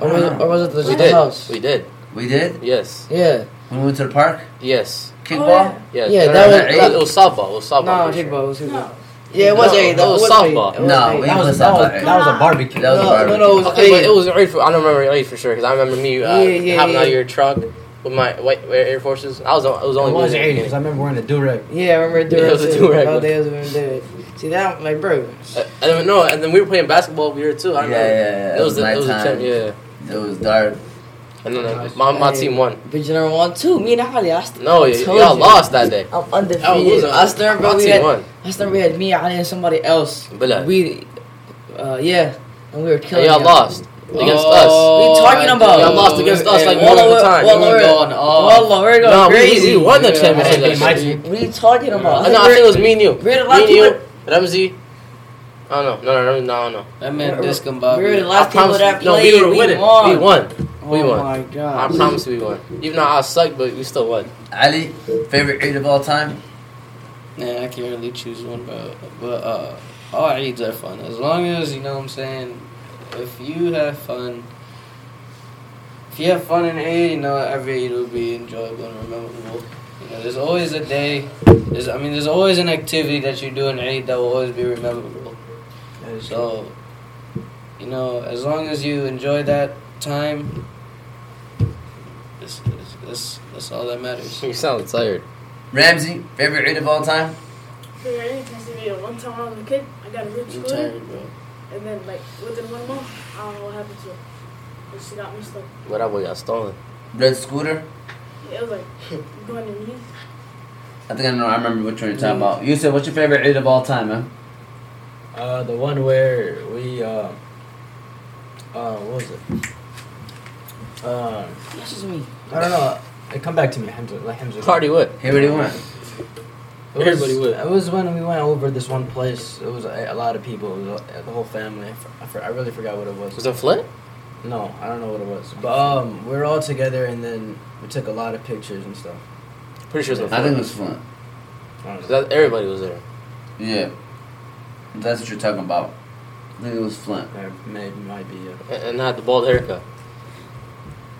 Speaker 5: Or was,
Speaker 1: Uh-huh.
Speaker 5: it, or was it the
Speaker 3: we
Speaker 5: Zito's
Speaker 3: did.
Speaker 5: house?
Speaker 3: We did.
Speaker 1: We did?
Speaker 3: Yes.
Speaker 5: Yeah.
Speaker 1: When we went to the park?
Speaker 3: Oh, Yes.
Speaker 1: Kickball?
Speaker 3: Yes.
Speaker 5: Yeah,
Speaker 3: No,
Speaker 5: that
Speaker 3: no,
Speaker 5: was-
Speaker 3: no, it
Speaker 5: that-
Speaker 3: It was softball. It was softball.
Speaker 5: No,
Speaker 3: for sure.
Speaker 5: kickball. It was kickball.
Speaker 4: No.
Speaker 5: Yeah, it was
Speaker 3: No,
Speaker 5: Eid.
Speaker 3: that was
Speaker 5: Eid.
Speaker 3: softball.
Speaker 5: It was
Speaker 1: No,
Speaker 5: Eid.
Speaker 1: we-
Speaker 6: That was
Speaker 1: was
Speaker 6: that
Speaker 1: not
Speaker 6: was,
Speaker 1: bad.
Speaker 6: that was a barbecue.
Speaker 1: That was a
Speaker 5: No, no,
Speaker 1: barbecue.
Speaker 5: no, it was
Speaker 3: Okay, but
Speaker 5: Eid.
Speaker 3: it was early for. I don't remember early for sure because I remember me uh,
Speaker 5: Yeah, yeah,
Speaker 3: hopping out
Speaker 5: yeah.
Speaker 3: of your truck with my white Air Forces. I was on- it was only
Speaker 6: It
Speaker 3: me
Speaker 6: was
Speaker 3: in the
Speaker 6: Eid, 'cause
Speaker 3: beginning.
Speaker 6: I remember wearing the do rag.
Speaker 5: Yeah, I remember doing
Speaker 3: Yeah, it was a do-rag
Speaker 5: All
Speaker 3: one.
Speaker 5: days we doing it. See that, like, bro.
Speaker 3: Uh, and then, no, and then we were playing basketball over here too. I
Speaker 1: Yeah, yeah,
Speaker 3: remember.
Speaker 1: yeah.
Speaker 3: It was the, it was the
Speaker 1: nighttime.
Speaker 3: champ, yeah.
Speaker 1: It was dark.
Speaker 3: No, no, my, my
Speaker 5: Hey.
Speaker 3: team won.
Speaker 5: But you never won too. Me and Ali, I st-
Speaker 3: No, y-
Speaker 5: Told
Speaker 3: y'all
Speaker 5: you. Oh,
Speaker 3: lost that day.
Speaker 5: I'm
Speaker 3: I Oh, was
Speaker 5: undefeated.
Speaker 3: losing.
Speaker 5: I started, bro.
Speaker 3: my
Speaker 5: We
Speaker 3: team
Speaker 5: had,
Speaker 3: won.
Speaker 5: I started, we had me, Ali, and somebody else.
Speaker 3: Bilal.
Speaker 5: We, uh, yeah, and we were killing.
Speaker 3: And y'all
Speaker 5: them.
Speaker 3: lost against us.
Speaker 5: What
Speaker 2: Oh,
Speaker 5: you talking about?
Speaker 3: Y'all lost against us, like,
Speaker 5: Wallah,
Speaker 3: one at a
Speaker 5: we're-
Speaker 3: time. Oh
Speaker 5: Wallah,
Speaker 2: We
Speaker 5: we're
Speaker 2: going off.
Speaker 5: Wallah, we're going
Speaker 3: No, we,
Speaker 5: crazy.
Speaker 3: we won the
Speaker 2: Yeah.
Speaker 3: championship.
Speaker 2: Hey,
Speaker 3: that
Speaker 6: my
Speaker 3: shit.
Speaker 6: team.
Speaker 5: What are you talking about?
Speaker 3: Uh, no, I think it was me and you.
Speaker 5: we're the
Speaker 3: Me
Speaker 5: last
Speaker 3: and you,
Speaker 5: people.
Speaker 3: Ramsey. I don't know. No, no, no, no. no.
Speaker 2: That man
Speaker 5: We're-
Speaker 2: discombobulated.
Speaker 5: we're
Speaker 3: I
Speaker 5: the last people
Speaker 3: promise-
Speaker 5: that played.
Speaker 3: no, we were winning.
Speaker 5: won.
Speaker 3: We won. We
Speaker 5: oh
Speaker 3: won.
Speaker 5: my
Speaker 3: I
Speaker 5: god.
Speaker 3: promise we won. Even though I sucked, but we still won.
Speaker 1: Ali, favorite Eid of all time?
Speaker 2: Man, I can't really choose one, but but uh, all Eids are fun as long as you know what I'm saying. If you have fun, if you have fun in Eid, you know every Eid will be enjoyable and memorable. You know, there's always a day. There's, I mean, there's always an activity that you do in Eid that will always be memorable. So, you know, as long as you enjoy that time, that's that's- that's that's all that matters.
Speaker 3: You sound tired.
Speaker 1: Ramsey, favorite Eid of all time?
Speaker 4: Figure it out, because, you know, One time when I was a kid, I got a rich
Speaker 2: You
Speaker 4: scooter,
Speaker 2: tired, bro?
Speaker 4: and then like within one month, I don't know what happened to it. But she got messed up.
Speaker 3: But I boy got stolen.
Speaker 1: Red Scooter?
Speaker 4: It was like going to knees.
Speaker 1: I think I know. I remember what you were talking about. You said, "What's your favorite Eid of all time, man?"
Speaker 6: Uh, the one where we uh, uh, what was it? Uh,
Speaker 5: That's just me.
Speaker 6: I don't know. It come back to me, Hamza. Like Hamza.
Speaker 3: Party what?
Speaker 1: Hey, what do you want?
Speaker 6: It was,
Speaker 3: Everybody would.
Speaker 6: It was when we went over this one place. It was a, a lot of people. It was a, the whole family. I, for, I, for, I really forgot what it was.
Speaker 3: Was it Flint?
Speaker 6: No, I don't know what it was. But um, we were all together, and then we took a lot of pictures and stuff.
Speaker 3: Pretty sure it was
Speaker 1: I think it
Speaker 3: Flint.
Speaker 1: was fun.
Speaker 6: I don't know.
Speaker 3: That, everybody was there.
Speaker 1: Yeah, that's what you're talking about. I think it was Flint.
Speaker 6: Or maybe might be. Uh,
Speaker 3: And, and I had the bald haircut.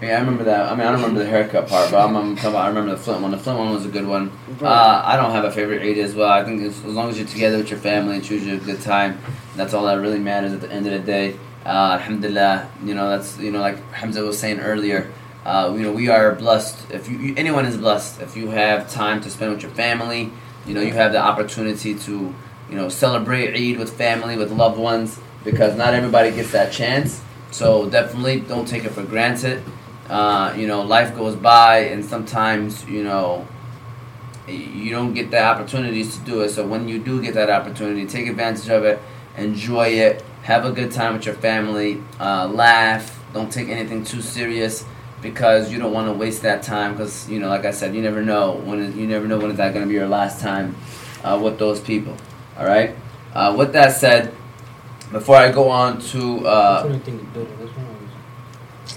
Speaker 1: Yeah, I remember that. I mean, I don't remember the haircut part, but I'm, I'm talking about. I remember the Flint one. The Flint one was a good one. Uh, I don't have a favorite Eid as well. I think as, as long as you're together with your family and choose you a good time, that's all that really matters at the end of the day. Uh, alhamdulillah, you know that's you know like Hamza was saying earlier. Uh, you know we are blessed. If you, you anyone is blessed, if you have time to spend with your family, you know you have the opportunity to you know celebrate Eid with family with loved ones because not everybody gets that chance. So definitely don't take it for granted. Uh, you know life goes by and sometimes you know you don't get the opportunities to do it. So when you do get that opportunity, take advantage of it, enjoy it, have a good time with your family, uh, laugh. Don't take anything too serious because you don't want to waste that time. Because you know, like I said, you never know when it, you never know when is that going to be your last time uh, with those people. All right. Uh, with that said, before I go on to uh,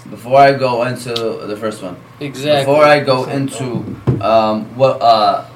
Speaker 1: before I go into the first one.
Speaker 2: Exactly.
Speaker 1: Before I go into um, what uh,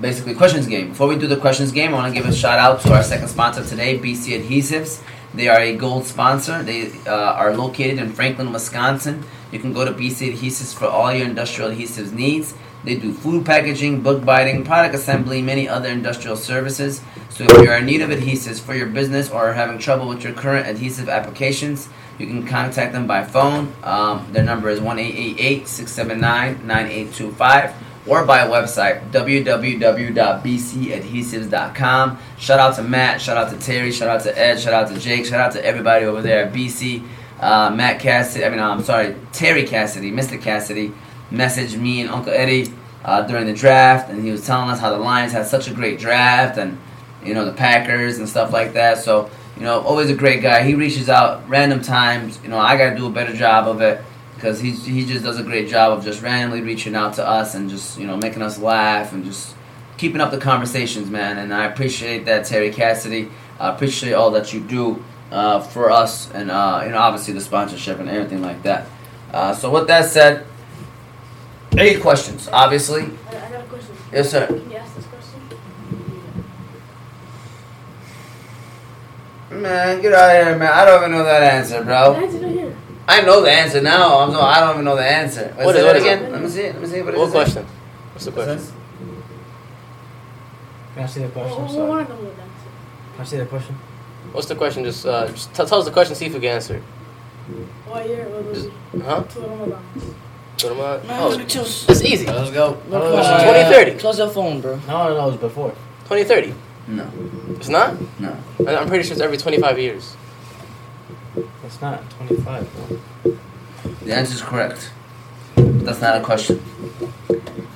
Speaker 1: basically questions game. Before we do the questions game, I want to give a shout out to our second sponsor today, BC Adhesives. They are a gold sponsor. They uh, are located in Franklin, Wisconsin. You can go to BC Adhesives for all your industrial adhesives needs. They do food packaging, book binding, product assembly, many other industrial services. So if you're in need of adhesives for your business or are having trouble with your current adhesive applications, you can contact them by phone. Um, their number is 1 679 9825 or by website www.bcadhesives.com. Shout out to Matt, shout out to Terry, shout out to Ed, shout out to Jake, shout out to everybody over there at BC. Uh, Matt Cassidy, I mean, I'm sorry, Terry Cassidy, Mr. Cassidy, messaged me and Uncle Eddie uh, during the draft, and he was telling us how the Lions had such a great draft and, you know, the Packers and stuff like that. So, you know, always a great guy. He reaches out random times. You know, I gotta do a better job of it because he he just does a great job of just randomly reaching out to us and just you know making us laugh and just keeping up the conversations, man. And I appreciate that, Terry Cassidy. I appreciate all that you do uh, for us and uh, you know obviously the sponsorship and everything like that. Uh, so with that said, eight questions, obviously.
Speaker 4: I, I got a question.
Speaker 1: Yes, sir.
Speaker 4: Can you ask this question?
Speaker 1: Man, get out of here, man. I don't even know that answer,
Speaker 5: Oh.
Speaker 1: bro.
Speaker 4: Why is it right here?
Speaker 1: I know the answer now. I'm no, I don't even know the answer. Wait,
Speaker 3: What
Speaker 1: say
Speaker 3: is-
Speaker 1: that
Speaker 3: what is
Speaker 1: again?
Speaker 4: it?
Speaker 1: Let me see. it. Let me see. What,
Speaker 3: What
Speaker 1: is
Speaker 3: question? What's the
Speaker 1: It?
Speaker 3: question?
Speaker 6: Can I see the question?
Speaker 4: Well,
Speaker 6: I'm
Speaker 4: we
Speaker 6: sorry.
Speaker 4: want to know the answer.
Speaker 6: Can I see the question?
Speaker 3: What's the question? Just, uh, just t- tell us the question, see if we can answer. it.
Speaker 4: What year was it?
Speaker 3: Huh?
Speaker 4: To Ramadan.
Speaker 3: What am I?
Speaker 5: Man,
Speaker 3: Oh,
Speaker 5: look at yours.
Speaker 3: it's easy.
Speaker 2: Let's go.
Speaker 5: No
Speaker 3: Uh,
Speaker 5: questions.
Speaker 3: 2030.
Speaker 5: Close your phone, bro.
Speaker 6: No, no, no. It was before.
Speaker 3: 2030.
Speaker 1: No,
Speaker 3: It's not?
Speaker 1: no.
Speaker 3: I- I'm pretty sure it's every 25 years.
Speaker 6: It's not 25. No.
Speaker 1: The answer is correct. That's not a question.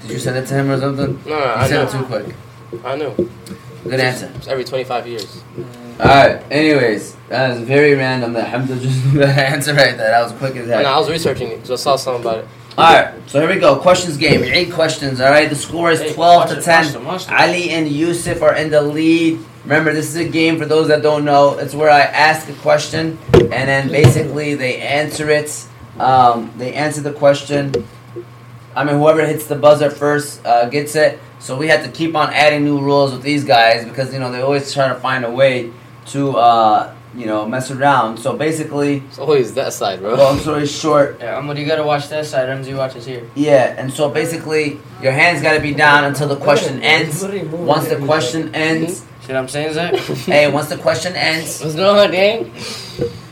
Speaker 1: Did you send it to him or something?
Speaker 3: No, no, I
Speaker 1: You
Speaker 3: know.
Speaker 1: sent it too quick.
Speaker 3: I know.
Speaker 1: Good answer.
Speaker 3: It's every 25 years.
Speaker 1: Alright, anyways, that is very random that Hamza just knew that answer right there. That was quick as
Speaker 3: No, I
Speaker 1: hell.
Speaker 3: was researching it because I saw something about it.
Speaker 1: Alright, so here we go. Questions game. Eight questions, alright? The score is
Speaker 6: Hey,
Speaker 1: 12
Speaker 6: watch
Speaker 1: to
Speaker 6: it,
Speaker 1: 10.
Speaker 6: watch them, watch them.
Speaker 1: Ali and Yusuf are in the lead. Remember, this is a game for those that don't know. It's where I ask a question and then basically they answer it. Um, they answer the question. I mean, whoever hits the buzzer first uh, gets it. So we had to keep on adding new rules with these guys because you know they always try to find a way to uh, you know mess around. So basically,
Speaker 3: It's always that side, bro.
Speaker 1: long story short,
Speaker 2: Yeah, Ahmad, you gotta watch that side. Ramzi watches here.
Speaker 1: yeah, and so basically, your hands got to be down until the question ends. Once the question ends,
Speaker 2: See what I'm saying, Zach?
Speaker 1: hey, once the question ends,
Speaker 5: What's going on, gang?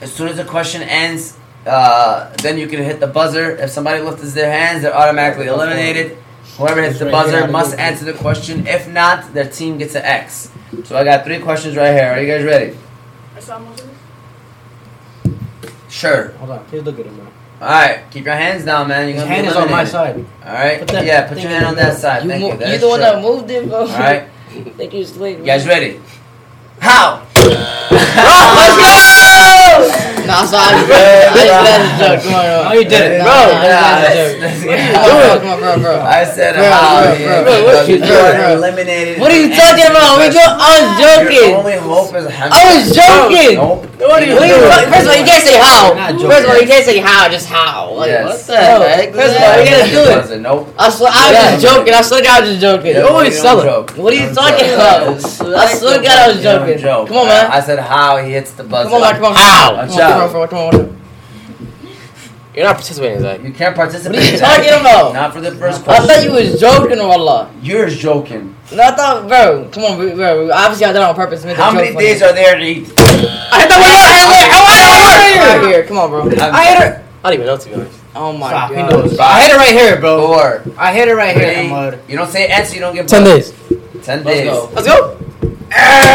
Speaker 1: as soon as the question ends, uh, then you can hit the buzzer. If somebody lifts their hands, they're automatically eliminated. Whoever hits the buzzer must answer the question. If not, their team gets an X. So I got three questions right here. Are you guys ready?
Speaker 4: I saw most of this.
Speaker 1: Sure.
Speaker 6: Hold on, please look at him now.
Speaker 1: All right, keep your hands down, man. You're
Speaker 6: His
Speaker 1: gonna
Speaker 6: hand
Speaker 1: be
Speaker 6: is on my
Speaker 1: eliminated.
Speaker 6: side.
Speaker 1: All right.
Speaker 6: Put that
Speaker 1: yeah, put
Speaker 6: thing
Speaker 1: your
Speaker 6: in
Speaker 1: hand
Speaker 6: the
Speaker 1: on that
Speaker 6: middle.
Speaker 1: side.
Speaker 5: You
Speaker 1: Thank
Speaker 5: mo-
Speaker 1: you. That
Speaker 5: you're
Speaker 1: is
Speaker 5: the one
Speaker 1: sure.
Speaker 5: that moved it, bro.
Speaker 1: All right.
Speaker 5: Thank you, Slade.
Speaker 1: You guys ready? How? Let's go!
Speaker 5: Nah, sorry.
Speaker 1: Yeah,
Speaker 5: I just
Speaker 1: bro.
Speaker 5: got a joke. Come on, bro.
Speaker 6: No, you didn't.
Speaker 5: Nah,
Speaker 6: Bro,
Speaker 5: nah, I just
Speaker 1: Yeah, let's- let's
Speaker 5: got a joke. Come on, bro,
Speaker 1: go.
Speaker 5: come on, bro, bro.
Speaker 1: I said
Speaker 5: Bro,
Speaker 1: how?
Speaker 5: bro,
Speaker 1: yeah,
Speaker 5: bro,
Speaker 1: because
Speaker 5: what you
Speaker 1: you
Speaker 5: doing,
Speaker 1: were
Speaker 5: bro?
Speaker 1: eliminated.
Speaker 5: What are you talking about? We just, I was
Speaker 1: Your
Speaker 5: joking.
Speaker 1: only hope is Hamza.
Speaker 5: I was joking.
Speaker 1: Nope.
Speaker 5: What are you doing? First of all, you can't say how.
Speaker 6: Not joking.
Speaker 5: First of all, you can't say how. Just how. Like,
Speaker 1: Yes.
Speaker 5: what the heck? First of all, you gotta do it.
Speaker 1: Hamza, Nope.
Speaker 5: I swear, I was
Speaker 1: Yeah.
Speaker 5: just joking. I swear, to God, I was just joking.
Speaker 1: Yeah,
Speaker 5: You always
Speaker 1: you don't
Speaker 5: sell it.
Speaker 1: joke.
Speaker 5: What are you
Speaker 1: Don't
Speaker 5: talking
Speaker 1: joke.
Speaker 5: about? I
Speaker 1: You
Speaker 5: swear, to
Speaker 1: don't
Speaker 5: God, I was
Speaker 1: joke.
Speaker 5: joking.
Speaker 1: You don't joke.
Speaker 5: Come on, man.
Speaker 1: I said how he hits the buzzer.
Speaker 5: Come on, man. Come on.
Speaker 1: How?
Speaker 5: Come on,
Speaker 1: Watch
Speaker 5: come on,
Speaker 1: out.
Speaker 5: come on, come on, come on.
Speaker 3: You're not participating in that.
Speaker 1: You can't participate.
Speaker 5: What are you
Speaker 1: in that.
Speaker 5: talking about?
Speaker 1: Not for the first
Speaker 5: I thought
Speaker 1: question.
Speaker 5: you was joking, wallah.
Speaker 1: You're joking.
Speaker 5: No, I thought, bro, come on, bro. bro. Obviously, I did it on purpose. to Make
Speaker 1: How
Speaker 5: a joke
Speaker 1: many
Speaker 5: funny.
Speaker 1: days are there to eat?
Speaker 5: I hit the word earlier. I hit the word earlier. Come on, bro.
Speaker 1: I'm-
Speaker 5: I hit her.
Speaker 3: I don't even know, to be honest.
Speaker 5: Oh my
Speaker 6: Stop, he
Speaker 5: god.
Speaker 6: knows.
Speaker 5: I hit it right here, bro.
Speaker 1: Four.
Speaker 6: I hit it right here,
Speaker 1: Three.
Speaker 6: Ahmad.
Speaker 1: You don't say answer, you don't get
Speaker 3: 10
Speaker 1: buzzed.
Speaker 3: days.
Speaker 1: Ten
Speaker 6: Let's
Speaker 1: days.
Speaker 6: go.
Speaker 5: Let's go. Say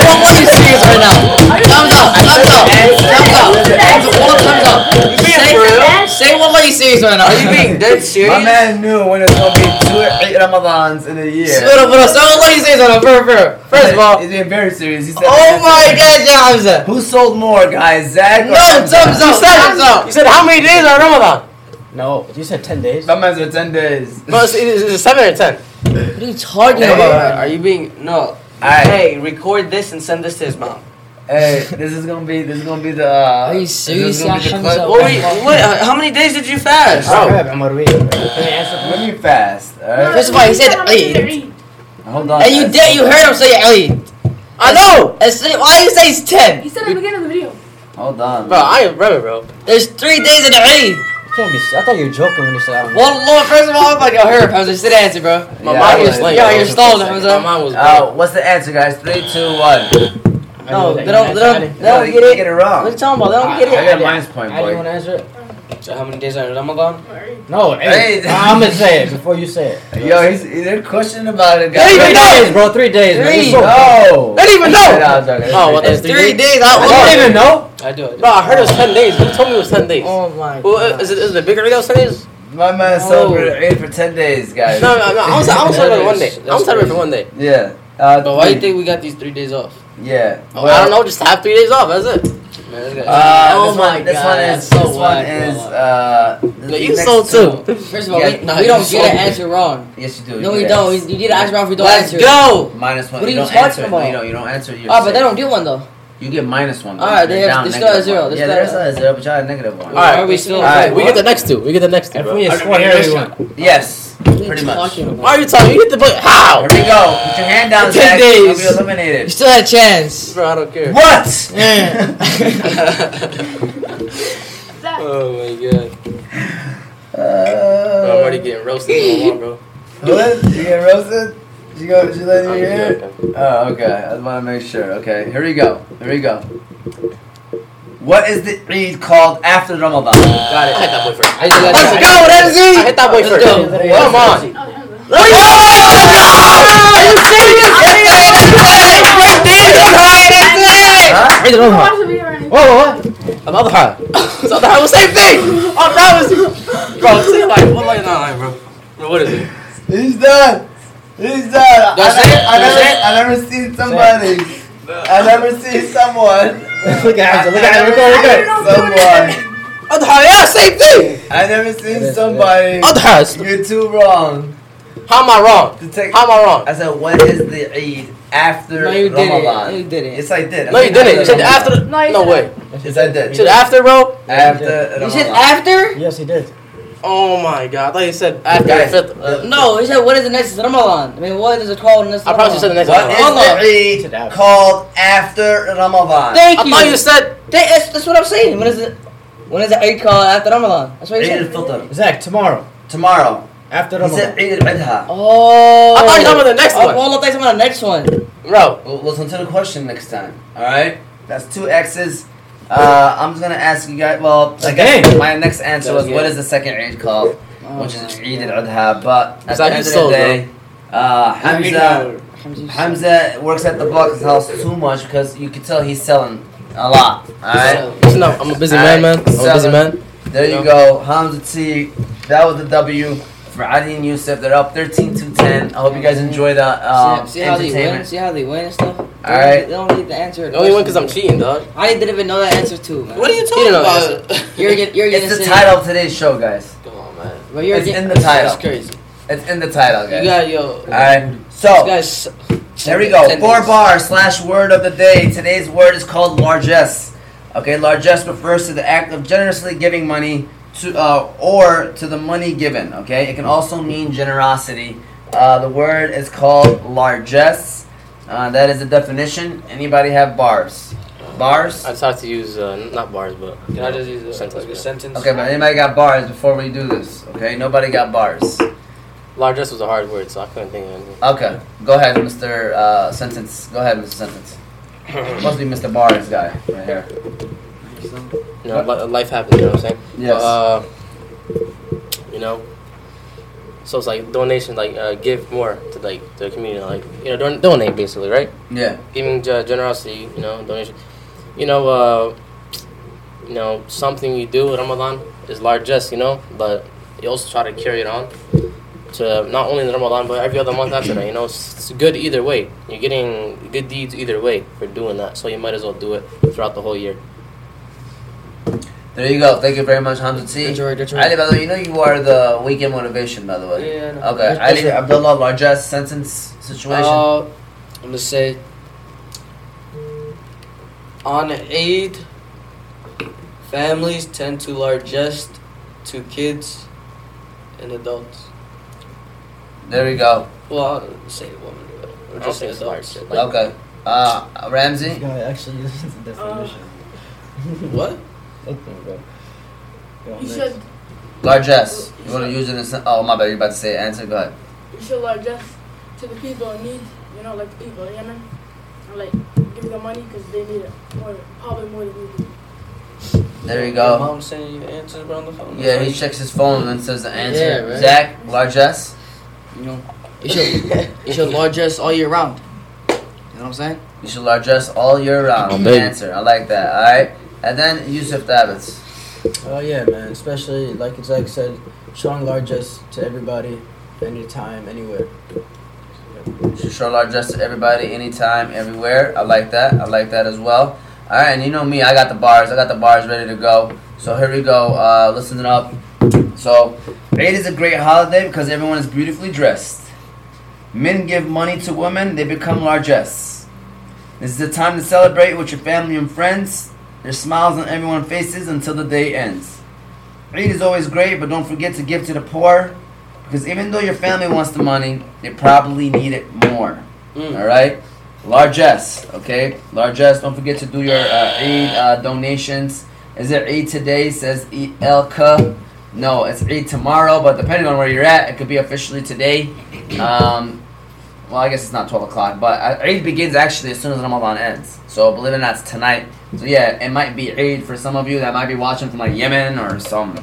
Speaker 5: one more you serious right now. Thumbs up. Thumbs up. Thumbs up. Thumbs up. All thumbs up. Say, say one more you serious right now. Are you being dead serious?
Speaker 1: My man knew when it's gonna be two Ramadans in a year.
Speaker 5: Spit up, bro. Say one more you serious right now. For, for. First of all.
Speaker 1: he's being very serious. He said,
Speaker 5: Oh my god, Hamza.
Speaker 1: Who sold more, guys? Zach? or
Speaker 5: No,
Speaker 1: Hamza?
Speaker 5: thumbs up. Thumbs up.
Speaker 3: You said how many days are Ramadan?
Speaker 6: No, you said 10 days.
Speaker 1: That man's with ten days.
Speaker 3: Bro, it's, it's, it's 7 or 10.
Speaker 5: What are you talking
Speaker 2: Hey, uh,
Speaker 5: about?
Speaker 2: are you being no?
Speaker 1: Alright,
Speaker 2: Hey, record this and send this to his mom.
Speaker 1: hey, this is gonna be this is gonna be the. Uh,
Speaker 5: Are you
Speaker 1: this is
Speaker 5: serious,
Speaker 1: gonna be the
Speaker 5: Hamza?
Speaker 1: clip.
Speaker 2: What? Were you, what uh, how many days did you fast?
Speaker 6: I have Ahmad Reed.
Speaker 1: Let me fast. Alright,
Speaker 5: First of all, he said eight.
Speaker 1: hold on.
Speaker 5: And you
Speaker 1: guys.
Speaker 5: did. You heard him say eight.
Speaker 3: I know!
Speaker 5: And say, why you say it's ten?
Speaker 4: He said at the beginning of the video.
Speaker 1: Hold on.
Speaker 3: Bro, I am remember, bro.
Speaker 5: There's three days in the Eid.
Speaker 6: Can't be, I thought you were joking when you said that.
Speaker 5: Well, Lord, first of all, I'm like, yo, hurry up, Hamza. Sit down, answer, bro.
Speaker 3: My
Speaker 1: Yeah,
Speaker 3: mind
Speaker 1: I
Speaker 3: was
Speaker 1: was-
Speaker 3: late.
Speaker 5: yeah,
Speaker 3: bro.
Speaker 5: you're stalling, Hamza.
Speaker 3: My mind was Oh. blank.
Speaker 1: Uh, what's the answer, guys? Three, two, one.
Speaker 5: No, they don't, they don't, they
Speaker 1: No,
Speaker 5: don't
Speaker 1: you
Speaker 5: get
Speaker 1: can't
Speaker 5: it.
Speaker 1: it wrong.
Speaker 5: What you talking about? They don't
Speaker 1: I
Speaker 5: get
Speaker 1: got
Speaker 5: it.
Speaker 1: mine's point,
Speaker 6: I didn't want
Speaker 1: boy.
Speaker 6: to answer it.
Speaker 2: So how many days are in Ramadan?
Speaker 6: No, hey.
Speaker 1: Hey.
Speaker 6: I'm going to say it before you say it.
Speaker 1: Yo, he's they're questioning about it, guys.
Speaker 5: Three
Speaker 6: Three
Speaker 5: days.
Speaker 6: days, bro. Three days. man.
Speaker 5: Three.
Speaker 6: You're so-
Speaker 1: No.
Speaker 6: I didn't even know.
Speaker 1: Yeah, I was joking.
Speaker 3: Oh, what the-
Speaker 5: It's three days. I
Speaker 6: I didn't
Speaker 5: was
Speaker 6: even know.
Speaker 2: I do. I do.
Speaker 3: Bro, I heard it was 10 days. You told me it was 10 days.
Speaker 5: Oh my
Speaker 6: uh,
Speaker 3: Well, uh,
Speaker 5: god.
Speaker 3: is it, is it bigger than those 10 days?
Speaker 1: My man
Speaker 5: No.
Speaker 1: celebrated Eid for ten days, guys.
Speaker 3: No, no, no. I was, I was celebrating one day. I was
Speaker 2: That's
Speaker 3: celebrating
Speaker 2: crazy.
Speaker 3: for one day.
Speaker 1: Yeah. Uh,
Speaker 2: But why do you think we got these three days off?
Speaker 1: Yeah.
Speaker 3: Oh, I don't know, just have three days off. That's it.
Speaker 2: Man, this guy-
Speaker 1: Uh,
Speaker 5: Oh
Speaker 1: this
Speaker 5: my
Speaker 1: one, this
Speaker 5: God,
Speaker 1: one
Speaker 5: that's
Speaker 1: is
Speaker 5: so
Speaker 1: this one
Speaker 5: whack, bro.
Speaker 1: is uh.
Speaker 3: No,
Speaker 1: the
Speaker 3: you
Speaker 1: next
Speaker 3: sold too.
Speaker 5: First of all,
Speaker 1: Yeah,
Speaker 5: we,
Speaker 2: nah,
Speaker 5: we
Speaker 2: you
Speaker 5: don't get
Speaker 2: sold
Speaker 5: an
Speaker 2: it.
Speaker 5: answer wrong.
Speaker 1: two. Yes, you do.
Speaker 5: No,
Speaker 1: you
Speaker 5: you
Speaker 1: get
Speaker 5: don't.
Speaker 1: it.
Speaker 5: You get an answer wrong if you don't
Speaker 3: Let's
Speaker 5: answer.
Speaker 3: go!
Speaker 1: Minus one.
Speaker 5: What are
Speaker 1: you
Speaker 5: you
Speaker 1: don't
Speaker 5: talking
Speaker 1: answer. it. No,
Speaker 5: about?
Speaker 1: you don't. You don't answer. You're
Speaker 5: Oh, but
Speaker 1: sick.
Speaker 5: they don't do one though.
Speaker 1: You get minus one.
Speaker 5: Alright, they
Speaker 1: You're
Speaker 5: have-
Speaker 1: down
Speaker 5: they still have
Speaker 1: negative
Speaker 5: zero,
Speaker 1: one.
Speaker 5: they
Speaker 1: Yeah,
Speaker 5: still
Speaker 1: there's
Speaker 5: have-
Speaker 1: a zero, but y'all have negative one.
Speaker 3: Alright.
Speaker 5: Are we still?
Speaker 1: Alright,
Speaker 3: We get the next two. We get the next two,
Speaker 6: If
Speaker 3: bro.
Speaker 6: we
Speaker 3: Why
Speaker 6: had scored here, we won.
Speaker 1: Yes.
Speaker 5: What are
Speaker 1: Pretty
Speaker 5: you
Speaker 1: much.
Speaker 5: talking
Speaker 1: Here
Speaker 5: about?
Speaker 3: are you talking? You hit the button. How?
Speaker 1: we go. Put your hand down,
Speaker 5: 10
Speaker 1: Zach. You'll be
Speaker 5: days. You
Speaker 1: eliminated.
Speaker 5: still had a chance.
Speaker 3: Bro, I don't care.
Speaker 1: What?
Speaker 4: That.
Speaker 5: Uh,
Speaker 3: Oh my god. Bro, I'm already
Speaker 1: Uh,
Speaker 3: getting roasted in one, bro.
Speaker 1: what? You get roasted? You go. You let me
Speaker 3: I'm
Speaker 1: hear it?
Speaker 3: just joking.
Speaker 1: Oh, okay. I want to make sure. Okay, here we go. Here we go. What is the Eid called after Ramadan?
Speaker 3: Got it. I hit that boy first.
Speaker 6: I just let
Speaker 5: Let's
Speaker 6: you-
Speaker 5: go,
Speaker 3: I
Speaker 5: Ramsey.
Speaker 3: hit that boy first.
Speaker 5: go.
Speaker 3: Come on.
Speaker 4: Oh, Hamza.
Speaker 5: Let's go! Are you serious?
Speaker 1: Huh?
Speaker 4: Watch the video right now.
Speaker 6: Whoa, whoa, whoa.
Speaker 3: Another high. So the high was same thing. I promise you. bro, say like, what like, not like, bro. Bro, what is it?
Speaker 1: He's done. He's done. I,
Speaker 3: That's
Speaker 1: never,
Speaker 3: it?
Speaker 1: I,
Speaker 3: That's
Speaker 1: never,
Speaker 3: it?
Speaker 1: I never seen somebody. I never seen someone.
Speaker 6: look at Hamza. Look at him. We're good. We're good.
Speaker 1: Someone.
Speaker 3: Adha, yeah, same thing.
Speaker 1: I never seen somebody.
Speaker 3: Adha,
Speaker 1: You're too wrong.
Speaker 3: how am I wrong?
Speaker 1: To take.
Speaker 3: How am I wrong?
Speaker 1: I said, when is the Eid after
Speaker 5: No, you didn't.
Speaker 1: Ramadan?
Speaker 5: No, you didn't.
Speaker 1: Yes, I did. I
Speaker 3: No, you
Speaker 1: think I
Speaker 3: didn't. You said
Speaker 1: Ramadan.
Speaker 3: after. the-
Speaker 4: No, you
Speaker 3: No
Speaker 4: said-
Speaker 3: way.
Speaker 1: Yes, I did.
Speaker 3: You said after, bro.
Speaker 1: After
Speaker 5: You said
Speaker 1: Ramadan.
Speaker 5: after?
Speaker 6: Yes, he did.
Speaker 3: Oh my god, I thought you said after
Speaker 1: Guys,
Speaker 3: the fifth. Uh,
Speaker 5: No, he said what is the next Ramadan? I mean, what is it called in this
Speaker 3: I probably
Speaker 5: Ramadan?
Speaker 3: said the next
Speaker 1: What
Speaker 3: one.
Speaker 1: is the Eid called after Ramadan?
Speaker 5: Thank
Speaker 3: I
Speaker 5: you.
Speaker 3: thought you said
Speaker 5: That- that's, that's what I'm saying. When is it? When is the Eid called after Ramadan? That's what you
Speaker 1: Eid
Speaker 5: said.
Speaker 1: al-Fitr.
Speaker 6: Zach, tomorrow
Speaker 1: Tomorrow.
Speaker 6: after
Speaker 1: He said
Speaker 6: Ramadan.
Speaker 1: Eid al-Adha.
Speaker 5: Oh.
Speaker 3: I thought you were talking about the next
Speaker 5: oh,
Speaker 3: one.
Speaker 5: Well, I thought you were talking about the next one.
Speaker 3: bro.
Speaker 1: We'll listen to the question next time. All right. That's two X's. Uh, I'm just gonna ask you guys. Well, I guess
Speaker 6: Okay.
Speaker 1: my next answer
Speaker 3: That
Speaker 1: was
Speaker 3: was
Speaker 1: what
Speaker 3: good.
Speaker 1: is the second Eid called,
Speaker 5: Oh
Speaker 1: which is
Speaker 5: my
Speaker 1: Eid
Speaker 5: God.
Speaker 1: al-Adha. But at
Speaker 3: It's
Speaker 1: the end
Speaker 3: like you
Speaker 1: of the
Speaker 3: sold,
Speaker 1: day, uh, Hamza
Speaker 5: Hamza.
Speaker 1: Hamza works at the Block's house too much because you can tell he's selling a lot. All right.
Speaker 3: Listen up, I'm a busy
Speaker 1: Alright,
Speaker 3: man, man. I'm a busy
Speaker 1: seven.
Speaker 3: man.
Speaker 1: There you go, Hamza T. That was the W for Adi and Yusuf. They're up 13 to 10. I hope you guys enjoy the um,
Speaker 5: Mm-hmm. see, see how they win?
Speaker 1: entertainment.
Speaker 5: See how they win and stuff? All
Speaker 1: Alright.
Speaker 5: They don't need the answer.
Speaker 3: The only one because I'm cheating, dog.
Speaker 5: I didn't even know that answer too, man.
Speaker 3: What are you
Speaker 5: You
Speaker 3: talking
Speaker 5: don't know
Speaker 3: about?
Speaker 5: You're gonna, you're gonna
Speaker 1: It's the
Speaker 5: say-
Speaker 1: title of today's show, guys.
Speaker 3: Come on, man.
Speaker 5: But you're
Speaker 1: It's
Speaker 5: getting-
Speaker 1: in the title.
Speaker 5: That's crazy.
Speaker 1: It's in the title,
Speaker 5: You
Speaker 1: guys.
Speaker 5: got yo.
Speaker 1: All right.
Speaker 5: You
Speaker 1: So
Speaker 5: guys.
Speaker 1: there we go.
Speaker 5: Ten
Speaker 1: Four
Speaker 5: minutes.
Speaker 1: bar slash word of the day. Today's word is called largesse. Okay, largesse refers to the act of generously giving money to uh, or to the money given. Okay, it can also mean generosity. Uh, the word is called largesse. Uh, that is the definition. Anybody have bars? Bars.
Speaker 3: I just have to use uh, n- not bars, but
Speaker 2: Can I just use a,
Speaker 3: Sentence,
Speaker 2: like
Speaker 3: yeah.
Speaker 2: a sentence?
Speaker 1: Okay, but anybody got bars before we do this? Okay, nobody got bars.
Speaker 3: largesse was a hard word, so I couldn't think of anything.
Speaker 1: Okay, go ahead, Mr. Uh, sentence. Go ahead, Mr. Sentence. Must be Mr. Bars guy right here.
Speaker 3: You know, li- life happens. You know what I'm saying?
Speaker 1: Yes.
Speaker 3: Uh, you know. So it's like donation, like uh, give more to like the community, like you know, don- donate basically, right?
Speaker 1: yeah.
Speaker 3: Giving ge- generosity, you know, donation. You know, uh, you know, something you do with Ramadan is largesse, you know, but you also try to carry it on to not only in Ramadan but every other month after that. You know, it's, it's good either way. You're getting good deeds either way for doing that, so you might as well do it throughout the whole year.
Speaker 1: There you go. Thank you very much, Hamza T.
Speaker 5: Enjoy, enjoy.
Speaker 1: Ali, by the way, you know you are the weekend motivation, by the way.
Speaker 2: Yeah. I know.
Speaker 1: Okay,
Speaker 5: Yes,
Speaker 1: Ali
Speaker 5: yes,
Speaker 1: Abdullah Largess sentence situation.
Speaker 2: Uh, I'm gonna say on aid, families tend to largest to kids and adults.
Speaker 1: there we go.
Speaker 2: Well, I'll say women, but we're
Speaker 3: I'll
Speaker 2: just
Speaker 3: say
Speaker 2: saying adults.
Speaker 3: large,
Speaker 2: Like,
Speaker 1: okay. Uh,
Speaker 6: This
Speaker 1: Ramsey.
Speaker 6: guy actually this is the definition. Oh.
Speaker 2: what?
Speaker 6: Okay, bro. Go on,
Speaker 4: You
Speaker 6: next.
Speaker 4: should,
Speaker 1: Largess. You want to use it in. sen- Oh, my bad. You're about to say answer. Go ahead.
Speaker 4: you should like just to the people in need. You know, like the people in Yemen, and like give them money because they need it more, probably more than we do.
Speaker 1: There you go.
Speaker 2: Your mom saying your answers were on the phone.
Speaker 1: Yeah, he checks his phone and says the answer.
Speaker 5: Yeah, right.
Speaker 1: Zach, Largess.
Speaker 5: You know, you should you should largest all year round. You know what I'm saying?
Speaker 1: You should largess all year round.
Speaker 3: Oh,
Speaker 1: Good
Speaker 3: baby.
Speaker 1: answer. I like that. All right. And then Yusuf Davids.
Speaker 6: Oh yeah, man. Especially like it's like I said, showing largesse to everybody, anytime, anywhere.
Speaker 1: You should show largesse to everybody, anytime, everywhere. I like that. I like that as well. All right, and you know me, I got the bars. I got the bars ready to go. So here we go. Uh, listen up. So Eid is a great holiday because everyone is beautifully dressed. Men give money to women; they become largesse. This is the time to celebrate with your family and friends. There's smiles on everyone's faces until the day ends. Eid is always great, but don't forget to give to the poor. Because even though your family wants the money, they probably need it more.
Speaker 2: Mm.
Speaker 1: All right, largesse. Okay, largesse. Don't forget to do your uh, Eid uh, donations. Is it Eid today? Says Eid Elka. No, it's Eid tomorrow. But depending on where you're at, it could be officially today. Um, well, I guess it's not 12 o'clock, but uh, Eid begins actually as soon as Ramadan ends. So believe it or not, it's tonight. So yeah, it might be Eid for some of you that might be watching from like Yemen or some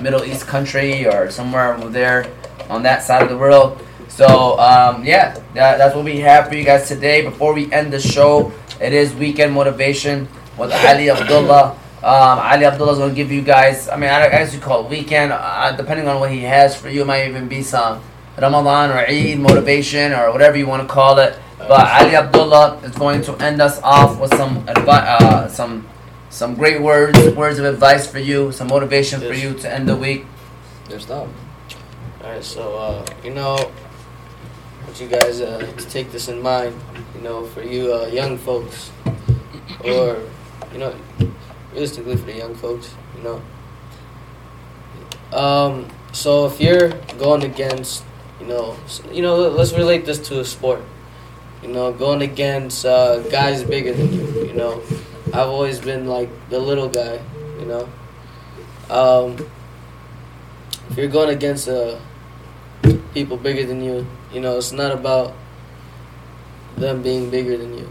Speaker 1: Middle East country or somewhere over there on that side of the world. So um, yeah, that, that's what we have for you guys today. Before we end the show, it is weekend motivation with Ali Abdullah. Um, Ali Abdullah's going to give you guys, I mean, I I guess you call it weekend, uh, depending on what he has for you, it might even be some Ramadan or Eid motivation or whatever you want to call it.
Speaker 2: Mm.
Speaker 1: But Ali Abdullah is going to end us off with some advi- uh, some some great words, words of advice for you, some motivation for
Speaker 2: Yes.
Speaker 1: you to end the week.
Speaker 5: There's that.
Speaker 2: Alright, so, uh, you know, I want you guys uh, to take this in mind, you know, for you uh, young folks, or, you know, realistically for the young folks, you know. Um, so if you're going against, you know, s- you know, let's relate this to a sport. You know, going against uh, guys bigger than you, you know. I've always been like the little guy, you know. Um, if you're going against uh, people bigger than you, you know, it's not about them being bigger than you.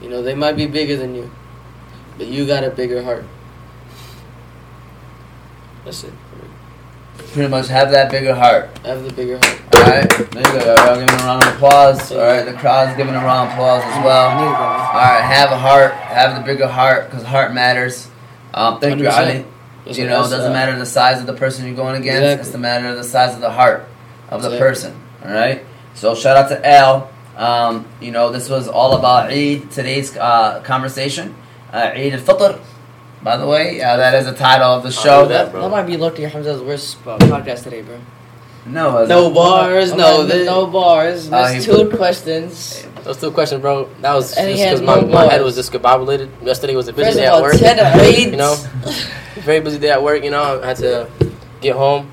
Speaker 2: You know, they might be bigger than you, but you got a bigger heart. That's it.
Speaker 1: Pretty much have that bigger heart.
Speaker 2: Have the bigger heart.
Speaker 1: All right, there you go. Y'all giving a round of applause. All right, the crowd's giving a round of applause as well.
Speaker 5: I need it, bro.
Speaker 1: All right, have a heart, have the bigger heart, because heart matters. Um, thank you, Ali.
Speaker 2: 100%. That's
Speaker 1: You
Speaker 2: what
Speaker 1: know,
Speaker 2: I
Speaker 1: it doesn't
Speaker 2: said.
Speaker 1: matter the size of the person you're going against.
Speaker 2: Exactly.
Speaker 1: It's the matter of the size of the heart of the
Speaker 2: Exactly.
Speaker 1: person. All right. So shout out to Al. Um, you know, this was all about Eid. Today's uh, conversation, uh, Eid al-Fitr. By the way, uh, that is the title of the show.
Speaker 3: do that,
Speaker 5: That
Speaker 3: bro.
Speaker 5: might be Lucky Hamza's worst uh, podcast today, bro.
Speaker 1: No, it's-
Speaker 2: No bars, no
Speaker 5: Okay,
Speaker 2: this.
Speaker 5: no bars.
Speaker 1: Uh,
Speaker 5: Missed
Speaker 1: he-
Speaker 5: two questions.
Speaker 3: That's the question, bro. That was just
Speaker 5: And he had
Speaker 3: because my,
Speaker 5: no
Speaker 3: my head
Speaker 5: balls.
Speaker 3: was discombobulated. Yesterday was a busy
Speaker 5: First
Speaker 3: day
Speaker 5: of all,
Speaker 3: at work.
Speaker 5: ten weights.
Speaker 3: You know, very busy day at work. You know, I had to get home.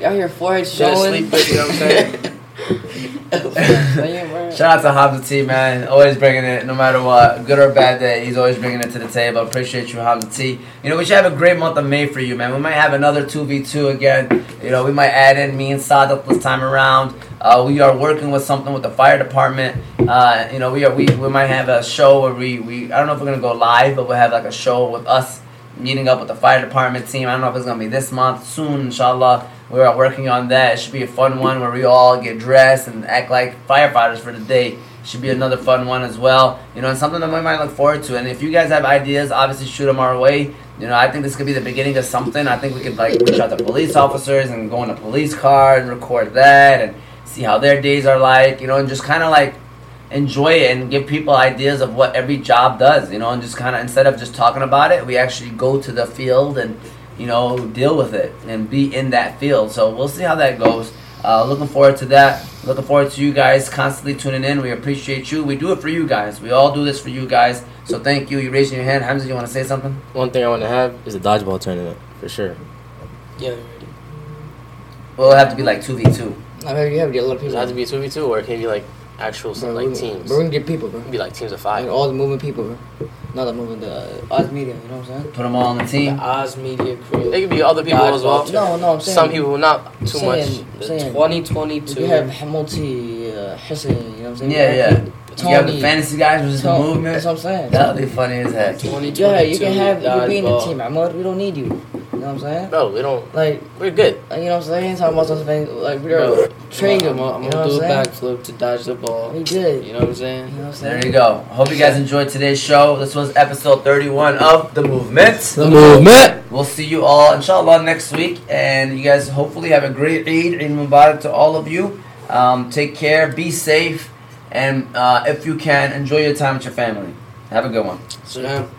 Speaker 5: y'all hear forehead
Speaker 3: Should've
Speaker 5: showing.
Speaker 3: sleep it, you know what I'm saying?
Speaker 5: Damn, bro.
Speaker 1: Shout out to Hamza T, man. Always bringing it, no matter what, good or bad day. He's always bringing it to the table. Appreciate you, Hamza T. You know, we should have a great month of May for you, man. We might have another two v two again. You know, we might add in me and Sadat this time around. Uh, we are working with something with the fire department. Uh, you know, we are we, we might have a show where we, we I don't know if we're gonna go live, but we'll have like a show with us meeting up with the fire department team. I don't know if it's gonna be this month, soon, inshallah. We are working on that. It should be a fun one where we all get dressed and act like firefighters for the day. Should be another fun one as well. You know, and something that we might look forward to. And if you guys have ideas, obviously shoot them our way. You know, I think this could be the beginning of something. I think we could like reach out to police officers and go in a police car and record that and see how their days are like. You know, and just kind of like enjoy it and give people ideas of what every job does, you know, and just kind of instead of just talking about it, we actually go to the field and you know deal with it and be in that field. So we'll see how that goes. Uh, looking forward to that. Looking forward to you guys constantly tuning in. We appreciate you. We do it for you guys. We all do this for you guys. So thank you. You raising your hand, Hamza. You want to say something?
Speaker 3: One thing I want to have is a dodgeball tournament for sure.
Speaker 2: Yeah.
Speaker 1: Well, it'll have to be like two v two.
Speaker 5: I mean, you have to get a lot of
Speaker 3: Does
Speaker 5: people.
Speaker 3: it have to be two v two, or it can be like actual
Speaker 5: Bro,
Speaker 3: like
Speaker 5: we-
Speaker 3: teams?
Speaker 5: Bro, we can get people, bro.
Speaker 3: It can be like teams of
Speaker 5: I
Speaker 3: five.
Speaker 5: mean, all the moving people, bro. Not the moving, the uh, Oz Media, you know what I'm saying?
Speaker 1: Put them all on the
Speaker 2: The
Speaker 1: team.
Speaker 2: Oz Media Crew.
Speaker 3: It could be other people as well.
Speaker 5: No, no, I'm saying.
Speaker 3: Some people not too
Speaker 5: saying,
Speaker 3: much.
Speaker 5: I'm saying,
Speaker 2: 2022.
Speaker 5: You have Hamulti, uh, Hussein, you know what I'm saying?
Speaker 1: Yeah, yeah. You have the
Speaker 5: Tony.
Speaker 1: fantasy guys, which is the
Speaker 5: Tony,
Speaker 1: movement.
Speaker 5: That's what I'm saying.
Speaker 1: That'll be funny as heck.
Speaker 5: yeah, you can have, you can be in the
Speaker 2: 2022
Speaker 5: team, Ahmad. We don't need you. You know what I'm saying?
Speaker 3: No, we don't.
Speaker 5: Like,
Speaker 3: We're good.
Speaker 5: you know what I'm saying? Talking about something, like, we
Speaker 2: Bro,
Speaker 5: are trained
Speaker 2: I'm
Speaker 5: him.
Speaker 2: gonna, I'm
Speaker 5: You know
Speaker 2: gonna do a
Speaker 5: what I'm
Speaker 2: backflip to dodge the ball.
Speaker 5: saying? We good.
Speaker 2: You
Speaker 5: You
Speaker 2: know what I'm
Speaker 5: know
Speaker 2: saying?
Speaker 5: what I'm saying?
Speaker 1: There you go. Hope you guys enjoyed today's show. This was episode 31 of The Movement.
Speaker 3: The movement.
Speaker 1: We'll see you all, inshallah, next week. And you guys hopefully have a great Eid. Eid Mubarak to all of you. Um, take care, be safe, and uh, if you can, enjoy your time with your family. Have a good one.
Speaker 2: So, yeah.